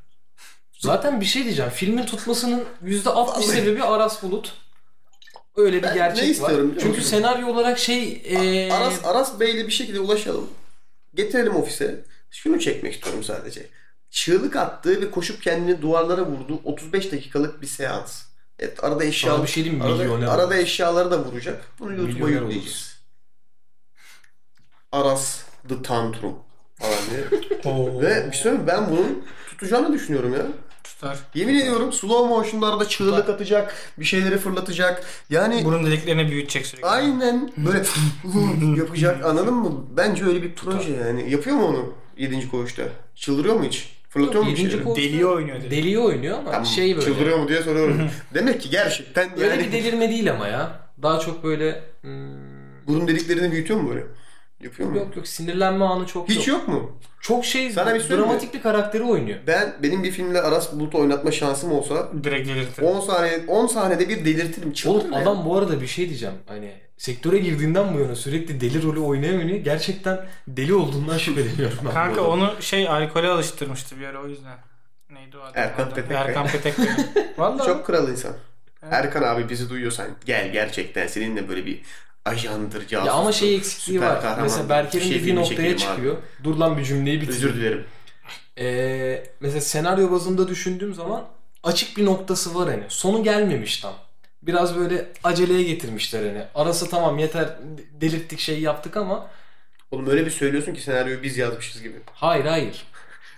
S1: Zaten bir şey diyeceğim. Filmin tutmasının %60 sebebi Aras Bulut. Öyle bir
S2: Ben
S1: gerçek
S2: ne istiyorum
S1: var.
S2: biliyor
S1: Çünkü
S2: musun?
S1: senaryo olarak şey eee
S2: Aras, Aras Bey'le bir şekilde ulaşalım. Getirelim ofise. Şunu çekmek istiyorum sadece. Çığlık attığı ve koşup kendini duvarlara vurduğu 35 dakikalık bir seans. Evet, arada eşya
S1: Sana bir şey diyeyim mi?
S2: arada,
S1: Milyoner
S2: arada
S1: oluruz.
S2: eşyaları da vuracak. Bunu YouTube'a
S1: Milyoner
S2: yükleyeceğiz. Aras The Tantrum falan diye. Ve bir şey söyleyeyim mi? ben bunun tutacağını düşünüyorum ya.
S3: tutar.
S2: Yemin ediyorum slow motion'larda çığlık atacak, bir şeyleri fırlatacak. Yani
S3: Burun deliklerini büyütecek sürekli.
S2: Aynen böyle yapacak anladın mı? Bence öyle bir proje yani. Yapıyor mu onu 7. koğuşta? Çıldırıyor mu hiç? Fırlatıyor mu bir
S1: Yedinci
S2: şeyleri?
S1: koğuşta
S3: Deliği oynuyor dedi.
S1: Deliği oynuyor ama
S2: Tamam,
S1: şey böyle.
S2: Çıldırıyor mu diye soruyorum. Demek ki gerçekten
S1: Öyle
S2: yani
S1: bir delirme değil ama ya. Daha çok böyle hmm,
S2: burun deliklerini büyütüyor mu böyle? Yapıyor mu?
S1: yok yok sinirlenme anı çok
S2: Hiç yok mu?
S1: Çok şey
S2: Sana bir söyleyeyim mi?
S1: dramatik bir karakteri oynuyor.
S2: Ben benim bir filmle Aras Bulut'u oynatma şansım olsa
S3: Direkt delirtir.
S2: 10 saniye 10 saniyede bir delirtirim.
S1: Oğlum
S2: Çıldırırım ya.
S1: adam bu arada bir şey diyeceğim. Hani sektöre girdiğinden bu yana sürekli deli rolü oynayamıyor. Gerçekten deli olduğundan şüpheleniyorum ben. bu
S3: Kanka
S1: arada.
S3: onu şey alkole alıştırmıştı bir ara o yüzden. Neydi o adam?
S2: Erkan
S3: Adam-
S2: Petekkaya.
S3: Erkan Petekkaya. Vallahi
S2: çok kral insan. Erkan abi bizi duyuyorsan gel gerçekten seninle böyle bir ajandır, casustur.
S1: ya ama şey eksikliği
S2: süper
S1: var.
S2: kahraman
S1: Mesela
S2: bir
S1: Berker'in
S2: şey
S1: dediği
S2: filmi
S1: noktaya
S2: çekelim abi.
S1: çıkıyor. Dur lan bir cümleyi
S2: Özür
S1: bitir.
S2: dilerim.
S1: Ee, mesela senaryo bazında düşündüğüm zaman açık bir noktası var hani. Sonu gelmemiş tam. Biraz böyle aceleye getirmişler hani. Arası tamam yeter delirttik şey yaptık ama
S2: Oğlum öyle bir söylüyorsun ki senaryoyu biz yazmışız gibi.
S1: hayır hayır.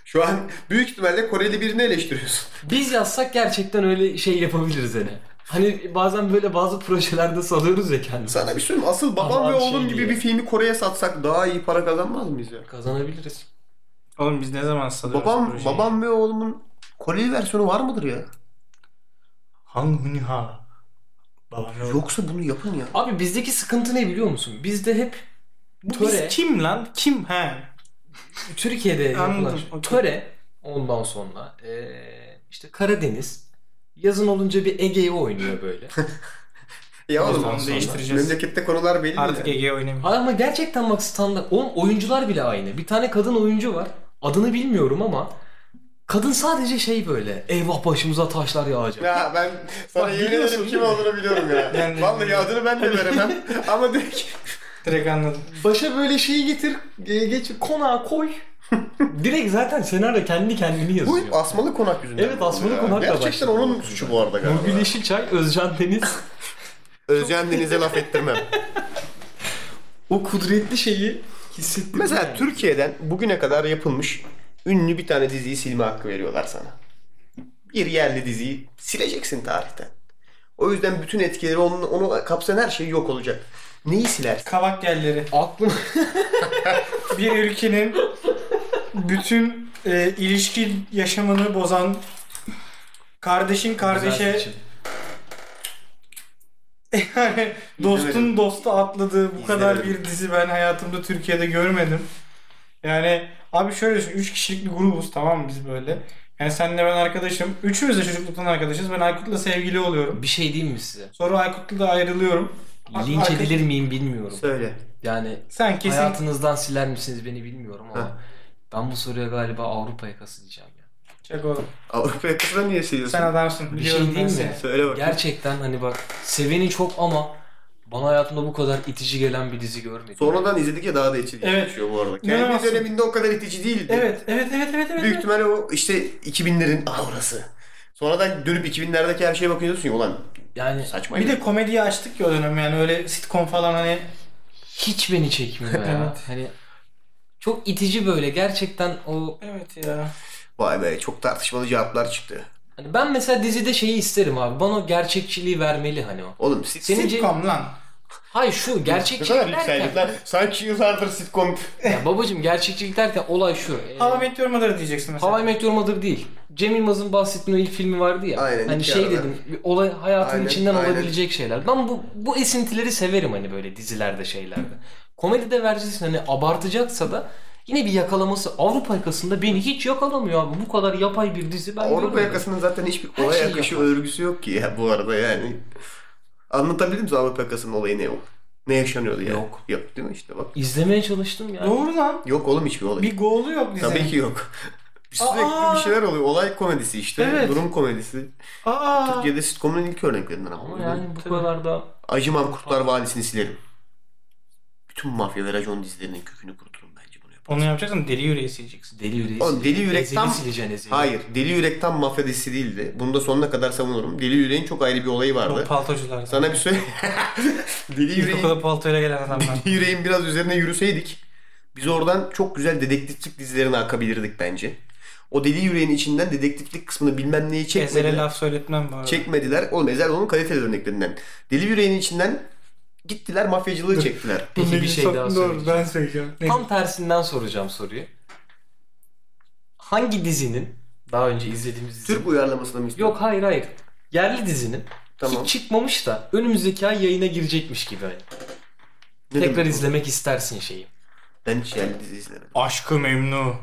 S2: Şu an büyük ihtimalle Koreli birini eleştiriyorsun.
S1: Biz yazsak gerçekten öyle şey yapabiliriz hani. Hani bazen böyle bazı projelerde salıyoruz ya kendimizi.
S2: Sana bir söyleyeyim mi? asıl babam
S1: Aman
S2: ve
S1: şey
S2: oğlum gibi
S1: diye.
S2: bir filmi Kore'ye satsak daha iyi para kazanmaz mıyız ya?
S1: Kazanabiliriz.
S3: Oğlum biz ne zaman salıyoruz
S2: Babam
S3: projeyi?
S2: babam ve oğlumun Koreli versiyonu var mıdır ya?
S3: Han Huniha. Babam yok.
S2: Yoksa bunu yapın ya.
S1: Abi bizdeki sıkıntı ne biliyor musun? Bizde hep
S3: Bu
S1: töre,
S3: biz kim lan? Kim? He.
S1: Türkiye'de yapılan
S3: Anladım, okey.
S1: töre ondan sonra eee, işte Karadeniz yazın olunca bir Ege'yi oynuyor böyle.
S2: Ya
S3: Ondan
S2: oğlum
S3: sonra değiştireceğiz.
S2: memlekette konular belli
S3: Artık
S2: de.
S3: Ege oynamıyor.
S1: Ama gerçekten bak standart. Oğlum oyuncular bile aynı. Bir tane kadın oyuncu var. Adını bilmiyorum ama kadın sadece şey böyle. Eyvah başımıza taşlar yağacak.
S2: Ya ben sana
S1: Bak,
S2: yemin
S1: biliyorsun
S2: ederim kim
S1: değil mi? Hani-
S2: olduğunu biliyorum ya.
S3: Ben de
S2: Vallahi
S3: biliyorum.
S2: adını ben de veremem. Ama direkt
S3: Direkt anladım.
S1: Başa böyle şeyi getir, e, geç konağa koy. Direkt zaten senaryo kendi kendini
S2: bu
S1: yazıyor.
S2: hep asmalı konak yüzünden.
S1: Evet, asmalı
S2: Ya.
S1: konakla
S2: Gerçekten
S1: başladı.
S2: onun suçu bu arada galiba.
S1: Nurgül Yeşilçay, Özcan Deniz
S2: Özcan Deniz'e laf ettirmem.
S1: o kudretli şeyi hissettirdi.
S2: Mesela
S1: yani.
S2: Türkiye'den bugüne kadar yapılmış ünlü bir tane diziyi silme hakkı veriyorlar sana. Bir yerli diziyi sileceksin tarihten. O yüzden bütün etkileri onu, onu kapsayan her şey yok olacak. Neyi silersin?
S3: Kavak yerleri.
S1: aklım
S3: Bir ülkenin bütün e, ilişki yaşamını bozan kardeşin
S1: Güzel
S3: kardeşe
S1: seçim.
S3: yani dostun
S2: İzlemedim.
S3: dostu atladığı bu kadar
S2: İzlemedim.
S3: bir dizi ben hayatımda Türkiye'de görmedim. Yani abi şöyle düşün 3 kişilik bir grubuz tamam mı biz böyle. Yani senle ben arkadaşım. Üçümüz de çocukluktan arkadaşız. Ben Aykut'la sevgili oluyorum.
S1: Bir şey diyeyim mi size?
S3: Sonra Aykut'la da ayrılıyorum.
S1: Linç
S3: Arkadaş-
S1: edilir miyim bilmiyorum.
S2: Söyle.
S1: Yani
S3: Sen kesin
S1: hayatınızdan siler misiniz beni bilmiyorum ama
S2: Ha.
S1: ben bu soruya galiba Avrupa yakası diyeceğim ya.
S3: Çak oğlum.
S2: Avrupa yakasına niye siliyorsun?
S3: Sen adamsın.
S1: Bir
S3: Biliyorum
S1: şey
S3: ben
S1: diyeyim
S3: seni.
S1: mi?
S2: Söyle bak.
S1: Gerçekten hani bak seveni çok ama bana hayatımda bu kadar itici gelen bir dizi görmedim.
S2: Sonradan izledik ya daha da itici
S3: Evet.
S2: geçiyor bu arada. Kendi
S3: İnanamazsın.
S2: döneminde o kadar itici değildi.
S3: Evet, evet, evet, evet, evet.
S2: Büyük ihtimalle o işte 2000'lerin aurası. Sonradan dönüp 2000'lerdeki her şeye bakıyorsun ya ulan
S1: Yani
S2: saçma.
S3: Bir
S2: ya."
S3: de komediyi açtık ya o dönem yani öyle sitcom falan hani
S1: hiç beni çekmiyor ya.
S3: Evet.
S1: Hani çok itici böyle gerçekten o
S3: evet ya.
S2: Vay be çok tartışmalı cevaplar çıktı.
S1: Hani ben mesela dizide şeyi isterim abi. Bana o gerçekçiliği vermeli hani o.
S2: Oğlum siz,
S1: Senin ce-
S3: Sitcom lan.
S1: Hayır şu
S2: ne
S1: gerçekçilik
S2: kadar
S1: derken.
S2: yükseldik lan. Sanki yıllardır sitcom.
S1: Ya babacım gerçekçilik derken olay şu. Ee,
S3: Hava Meteor Mother diyeceksin mesela.
S1: Hava Meteor Mother değil. Cem Yılmaz'ın bahsettiği ilk filmi vardı ya.
S2: Aynen,
S1: hani
S2: iki
S1: şey
S2: arada.
S1: dedim. bir Olay hayatın
S2: Aynen,
S1: içinden
S2: aynen.
S1: olabilecek şeyler. Ben bu bu esintileri severim hani böyle dizilerde şeylerde. Komedide vereceksin hani abartacaksa da yine bir yakalaması. Avrupa yakasında beni hiç yakalamıyor abi. Bu kadar yapay bir dizi ben
S2: Avrupa
S1: görmedim.
S2: yakasının zaten hiçbir
S1: Her şey
S2: olay
S1: şeyi
S2: akışı
S1: yapar.
S2: örgüsü yok ki ya bu arada yani. Anlatabildim mi Avrupa yakasının olayı ne yok? Ne yaşanıyordu yani?
S1: Yok.
S2: Yok değil mi işte bak.
S1: İzlemeye çalıştım yani.
S3: Doğru lan.
S2: Yok oğlum hiçbir olay.
S3: Bir goal'u yok dizinin.
S2: Tabii ki yok. Sürekli
S3: Aa!
S2: bir şeyler oluyor. Olay komedisi işte.
S3: Evet.
S2: Durum komedisi.
S3: Aa.
S2: Türkiye'de sitcomun ilk örneklerinden ama.
S1: Ama yani bu kadar da
S2: Acımam Kurtlar Vadisi'ni silerim. Bütün mafya ve racon dizilerinin kökünü kuruturum bence bunu yapar.
S3: Onu yapacaksan deli yüreği sileceksin.
S1: deli yüreği.
S2: Oğlum deli yürek
S1: Ezeli
S2: tam-
S1: sileceksin ezeli.
S2: Hayır. Deli Yürek tam mafya dizisi değildi. Bunu da sonuna kadar savunurum. Deli Yürek'in çok ayrı bir olayı vardı.
S3: O paltocular.
S2: Sana bir söyle. Deli Yürek'in
S3: İlkokula paltoyla gelen adamlar.
S2: yüreğin biraz üzerine yürüseydik biz oradan çok güzel dedektiflik dizilerine akabilirdik bence. O deli yüreğin içinden dedektiflik kısmını bilmem neyi
S3: Ezele
S2: çekmediler.
S3: laf söyletmem bu arada.
S2: Çekmediler. Oğlum Ezel onun kaliteli örneklerinden. Deli yüreğin içinden gittiler mafyacılığı çektiler.
S1: Peki bir şey daha söyleyeceğim.
S3: Doğru ben söyleyeceğim. Neyse.
S1: Tam tersinden soracağım soruyu. Hangi dizinin daha önce izlediğimiz dizi?
S2: Türk uyarlamasını mı istiyorsun?
S1: Yok hayır hayır. Yerli dizinin
S2: Tamam.
S1: hiç çıkmamış da önümüzdeki ay yayına girecekmiş gibi. hani.
S2: Ne
S1: Tekrar
S2: demek bu?
S1: izlemek istersin şeyi.
S2: Ben hiç yerli dizi izlemedim.
S3: Aşkı Memnu.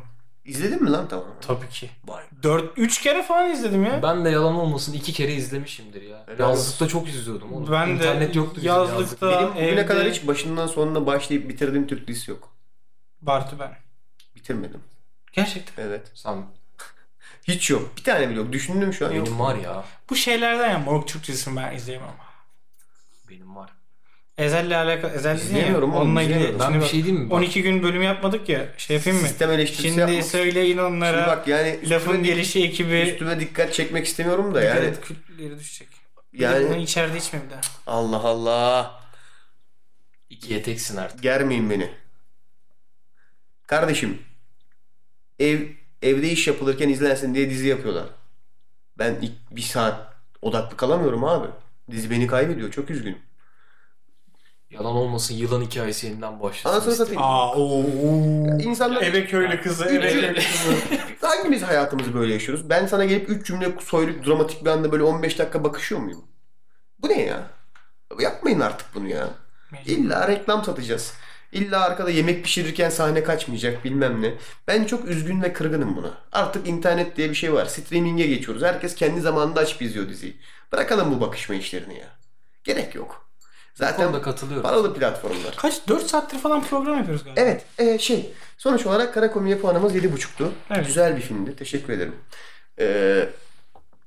S2: İzledin mi lan tamam.
S3: Tabii ki.
S2: Vay be.
S3: 4 3 kere falan izledim ya.
S1: Ben de yalan olmasın iki kere izlemişimdir ya.
S2: Helal
S1: Yazlıkta çok izliyordum oğlum.
S3: Ben de
S1: İnternet yoktu bizim
S3: yazlıkta-
S1: yazlıkta.
S2: Benim bugüne
S3: evde-
S2: kadar hiç başından sonuna başlayıp bitirdiğim Türk dizisi yok.
S3: Bartu ben.
S2: Bitirmedim.
S3: Gerçekten.
S2: Evet.
S1: Sen
S2: Hiç yok. Bir tane bile yok. Düşündüm şu an yok.
S1: benim var ya.
S3: Bu şeylerden ya Moruk Türk dizisini ben izleyemem.
S1: Benim var.
S3: Ezel'le alakalı. Ezel dedin ya.
S2: İzleyemiyorum oğlum,
S3: Onunla ilgili.
S2: izleyemiyorum.
S1: Ben
S3: Şimdi
S1: bir
S3: bak,
S1: şey diyeyim mi? Bak,
S3: 12 gün bölüm yapmadık ya. Şey yapayım mı?
S2: Sistem eleştirisi
S3: Şimdi
S2: yapmak.
S3: söyleyin onlara.
S2: Şimdi bak yani üstüme
S3: lafın
S2: dik-
S3: gelişi ekibi.
S2: üstüme dikkat çekmek istemiyorum da yani.
S3: Evet kültleri düşecek. Yani... Bunu
S2: Yani
S3: içeride içme bir daha.
S2: Allah Allah.
S1: ikiye teksin artık.
S2: Germeyin beni. Kardeşim. Ev evde iş yapılırken izlensin diye dizi yapıyorlar. Ben ilk bir saat odaklı kalamıyorum abi. Dizi beni kaybediyor. Çok üzgünüm.
S1: Yalan olmasın yılan hikayesi yeniden başlasın.
S2: Anasını
S1: isterim.
S2: satayım.
S3: Aa o.
S2: İnsanlar
S3: Ebe köylü kızı, ebe köylü kızı.
S2: hangimiz hayatımızı böyle yaşıyoruz? Ben sana gelip 3 cümle soyulup dramatik bir anda böyle 15 dakika bakışıyor muyum? Bu ne ya? Yapmayın artık bunu ya. İlla reklam satacağız. İlla arkada yemek pişirirken sahne kaçmayacak bilmem ne. Ben çok üzgün ve kırgınım buna. Artık internet diye bir şey var. Streaming'e geçiyoruz. Herkes kendi zamanında açıp izliyor diziyi. Bırakalım bu bakışma işlerini ya. Gerek yok.
S1: Bu
S2: Zaten
S1: konuda katılıyorum.
S2: paralı platformlar.
S3: Kaç? 4 saattir falan program yapıyoruz galiba.
S2: Evet e, şey sonuç olarak Kara Komüniye puanımız 7.5'tu.
S3: Evet.
S2: Güzel bir filmdi. Teşekkür ederim. Ee,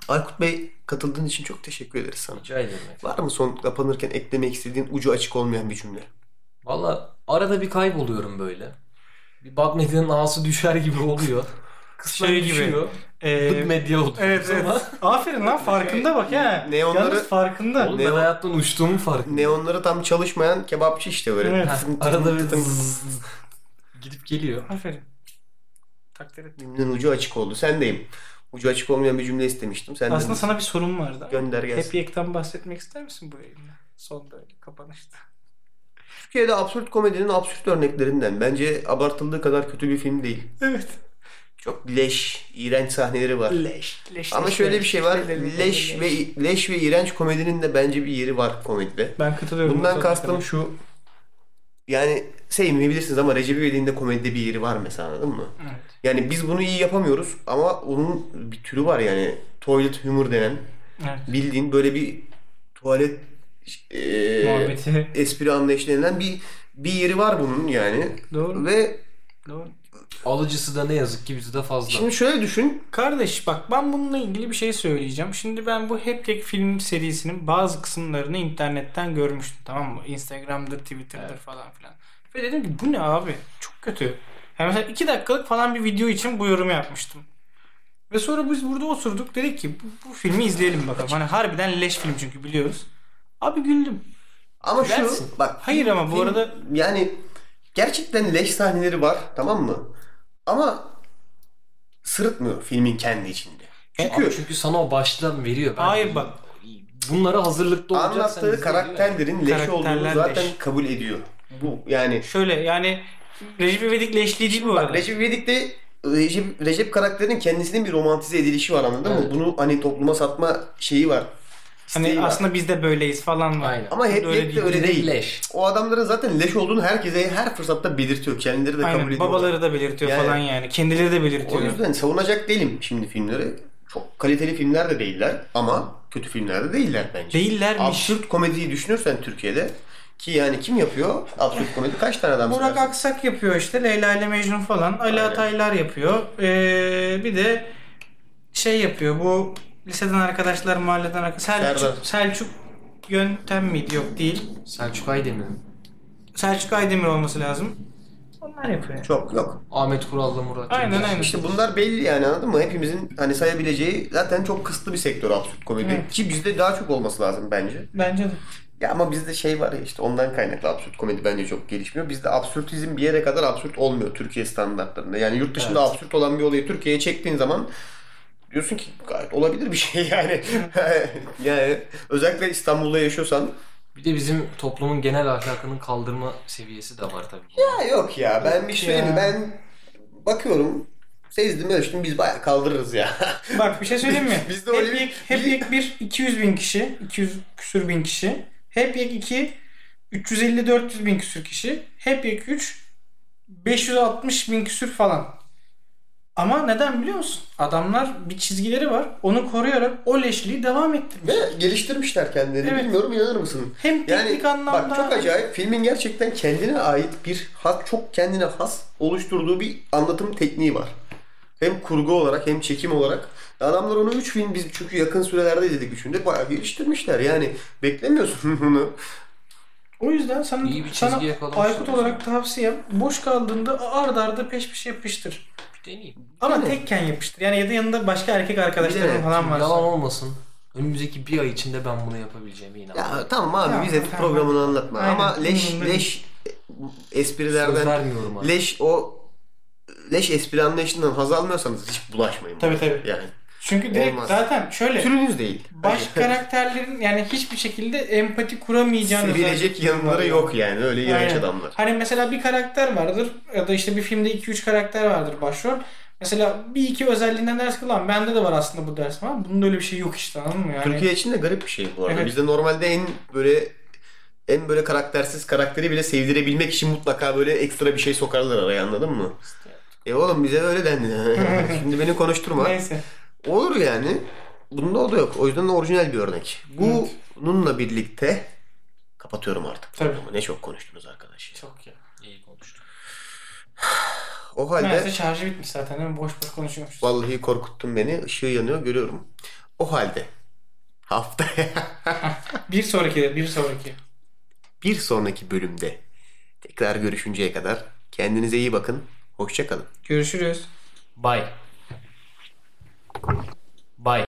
S2: Aykut Bey katıldığın için çok teşekkür ederiz sana.
S1: Rica ederim.
S2: Var mı son kapanırken eklemek istediğin ucu açık olmayan bir cümle?
S1: Valla arada bir kayboluyorum böyle. Bir bak medyanın ağası düşer gibi oluyor. Kısmen
S3: Şey gibi.
S1: düşüyor.
S3: Ee,
S1: Bık medya oluyor.
S3: Evet evet. Aferin lan farkında bak ya.
S2: Ne onları-
S3: Yalnız farkında.
S1: Oğlum
S2: Ne
S1: ben
S2: o-
S1: hayattan uçtuğumun farkı.
S2: Neonları tam çalışmayan kebapçı işte böyle.
S3: Evet.
S1: Heh, Arada bir zzzz gidip geliyor.
S3: Aferin. Takdir ettim.
S2: Cümlenin ucu açık oldu. Sendeyim. Ucu açık olmayan bir cümle istemiştim. Senden
S3: Aslında sana bir sorum vardı.
S2: gönder gelsin.
S3: Happy Egg'den bahsetmek ister misin bu yayında? Son böyle kapanışta.
S2: Türkiye'de absürt komedinin absürt örneklerinden. Bence abartıldığı kadar kötü bir film değil.
S3: Evet.
S2: Çok leş, iğrenç sahneleri var.
S3: Leş, leş.
S2: Ama
S3: leş,
S2: şöyle
S3: leş,
S2: bir şey var.
S3: leş,
S2: Leş ve leş ve iğrenç komedinin de bence bir yeri var komedide.
S3: Ben katılıyorum. bu
S2: Bundan
S3: soruya.
S2: kastım şu. Yani şey sevmeyebilirsiniz ama Recep İvedik'in de komedide bir yeri var mesela anladın mı?
S3: Evet.
S2: Yani biz bunu iyi yapamıyoruz ama onun bir türü var yani. Toilet humor denen.
S3: evet.
S2: Bildiğin böyle bir tuvalet e,
S3: Muhabbeti.
S2: espri anlayışı denilen bir bir yeri var bunun yani.
S3: Doğru.
S2: Ve
S3: Doğru.
S1: Alıcısı da ne yazık ki bizde fazla.
S2: şimdi şöyle düşün.
S3: Kardeş bak ben bununla ilgili bir şey söyleyeceğim. Şimdi ben bu Happy Egg film serisinin bazı kısımlarını internetten görmüştüm tamam mı? Instagram'dır, Twitter'dır
S1: Evet.
S3: falan filan. Ve dedim ki bu ne abi? Çok kötü. Yani mesela 2 dakikalık falan bir video için bu yorumu yapmıştım. Ve sonra biz burada oturduk dedik ki bu, bu filmi izleyelim bakalım. Hani harbiden leş film çünkü biliyoruz. Abi güldüm.
S2: Ama şu
S3: Gülersin.
S2: bak.
S3: Hayır ama bu
S2: film-
S3: arada-
S2: yani gerçekten leş sahneleri var tamam mı? Ama sırıtmıyor filmin kendi içinde.
S3: E,
S2: Çünkü
S1: Abi çünkü sana o baştan veriyor. Ben-
S3: Hayır bak.
S1: Bunlara hazırlıklı olacaksın.
S2: anlattığı karakterlerin leşi olduğunu
S3: Karakterler
S2: zaten
S3: leş.
S2: kabul ediyor. Bu yani
S3: Şöyle yani Recep İvedik leşleyici bu arada.
S2: Bak Recep İvedik'te Recep, Recep karakterinin kendisinin bir romantize edilişi var anladın
S1: Evet.
S2: mı? Bunu hani topluma satma şeyi var. isteği
S3: hani
S2: var.
S3: aslında biz de böyleyiz falan var.
S1: Aynen.
S2: ama hep,
S3: öyle
S2: hep de
S3: değil.
S2: öyle değil.
S1: Leş.
S2: O adamların zaten leş olduğunu herkese her fırsatta belirtiyor. Kendileri de kabul
S3: Aynen.
S2: ediyor.
S3: Babaları da belirtiyor
S2: Yani-
S3: falan yani. Kendileri de
S2: O
S3: belirtiyor.
S2: yüzden savunacak değilim şimdi filmleri. Çok kaliteli filmler de değiller ama kötü filmler de değiller bence.
S3: Değillermiş.
S2: Absürt komediyi düşünürsen Türkiye'de ki yani kim yapıyor? Absürt komedi kaç tane adam
S3: Burak
S2: çıkarsın?
S3: Aksak yapıyor işte Leyla ile Mecnun falan. Ali
S2: Aynen.
S3: Ataylar yapıyor. Ee, bir de şey yapıyor bu liseden arkadaşlar mahalleden arkadaşlar.
S2: Serdar.
S3: Selçuk, Selçuk yöntem miydi? Yok değil.
S1: Selçuk Aydemir'in.
S3: Selçuk Aydemir olması lazım. Onlar yapıyor. yani.
S2: Çok yok.
S1: Ahmet Kural'la Murat.
S3: Aynen,
S1: Cemcir.
S3: aynen.
S2: İşte bunlar belli yani anladın mı? Hepimizin hani sayabileceği zaten çok kısıtlı bir sektör absürt komedi.
S3: Evet.
S2: Ki bizde daha çok olması lazım bence.
S3: Bence de.
S2: Ya ama bizde şey var ya işte ondan kaynaklı absürt komedi bence çok gelişmiyor. Bizde absürtizm bir yere kadar absürt olmuyor Türkiye standartlarında. Yani yurt dışında
S1: Evet.
S2: absürt olan bir olayı Türkiye'ye çektiğin zaman diyorsun ki gayet olabilir bir şey yani. yani özellikle İstanbul'da yaşıyorsan
S1: Bir de bizim toplumun genel ahlakının kaldırma seviyesi de var tabii.
S2: ya yok ya ben bir şey
S3: ya.
S2: söyleyeyim mi? ben bakıyorum sezdim ölçtüm biz bayağı kaldırırız ya.
S3: Bak bir şey söyleyeyim mi?
S2: Biz de
S3: hep
S2: öyle bir-
S3: yek, hep yek bir 200 bin kişi, 200 küsür bin kişi. Hep yek 2 350-400 bin küsür kişi. Hep yek 3 560 bin küsür falan. Ama neden biliyor musun? Adamlar bir çizgileri var. Onu koruyarak o leşliği devam ettirmiş.
S2: Ve geliştirmişler kendilerini.
S3: Evet.
S2: Bilmiyorum inanır mısın?
S3: Hem
S2: Yani
S3: teknik anlamda
S2: bak çok acayip. Filmin gerçekten kendine ait bir has, çok kendine has oluşturduğu bir anlatım tekniği var. Hem kurgu olarak hem çekim olarak. Adamlar onu 3 film biz çünkü yakın sürelerde izledik üçünde bayağı geliştirmişler. Yani beklemiyorsun bunu.
S3: O yüzden sana,
S1: İyi bir
S3: sana
S1: çizgi yakalamışlar
S3: Aykut
S1: o
S3: olarak tavsiyem boş kaldığında arda arda peş peşe yapıştır.
S1: Bir deneyeyim.
S3: Ama
S2: Yani.
S3: tekken yapıştır. Yani ya da yanında başka erkek arkadaşların
S2: Bilerek.
S3: falan varsa.
S1: Yalan olmasın. Önümüzdeki bir ay içinde ben bunu yapabileceğime inanıyorum.
S2: Ya tamam abi
S3: Ya,
S2: biz hep
S3: tamam.
S2: programını anlatma.
S3: Aynen.
S2: Ama leş
S3: Bunun-
S2: leş
S1: Söz
S2: esprilerden
S1: vermiyorum abi.
S2: leş o leş espri anlayışından haz almıyorsanız hiç bulaşmayın.
S3: Tabii, tabii.
S2: Yani
S3: Çünkü direkt
S2: Olmaz.
S3: zaten şöyle
S2: türünüz değil.
S3: baş karakterlerin yani hiçbir şekilde empati kuramayacağınız
S2: Sevilecek yanları yok yani öyle iğrenç adamlar.
S3: Hani mesela bir karakter vardır ya da işte bir filmde 2-3 karakter vardır başrol. Mesela bir iki özelliğinden ders kılan bende de var aslında bu ders ama bunun da öyle bir şey yok işte anladın mı yani?
S2: Türkiye için de garip bir şey bu arada.
S3: Evet.
S2: Bizde normalde en böyle en böyle karaktersiz karakteri bile sevdirebilmek için mutlaka böyle ekstra bir şey sokarlar araya anladın mı? E oğlum bize öyle dendi. Şimdi beni konuşturma.
S3: Neyse.
S2: Olur yani. Bunda o da yok. O yüzden de orijinal bir örnek. Bununla birlikte kapatıyorum artık.
S3: Tabii.
S2: Ama ne çok konuştunuz arkadaş. ya.
S3: Çok ya.
S1: İyi konuştuk.
S2: O halde
S3: Neyse şarjı bitmiş zaten değil mi? Boş boş konuşuyormuşuz.
S2: vallahi korkuttun beni. Işığı yanıyor görüyorum. O halde haftaya
S3: Bir sonraki de bir sonraki.
S2: bir sonraki bölümde tekrar görüşünceye kadar kendinize iyi bakın. Hoşçakalın.
S3: Görüşürüz.
S1: Bye. Bye.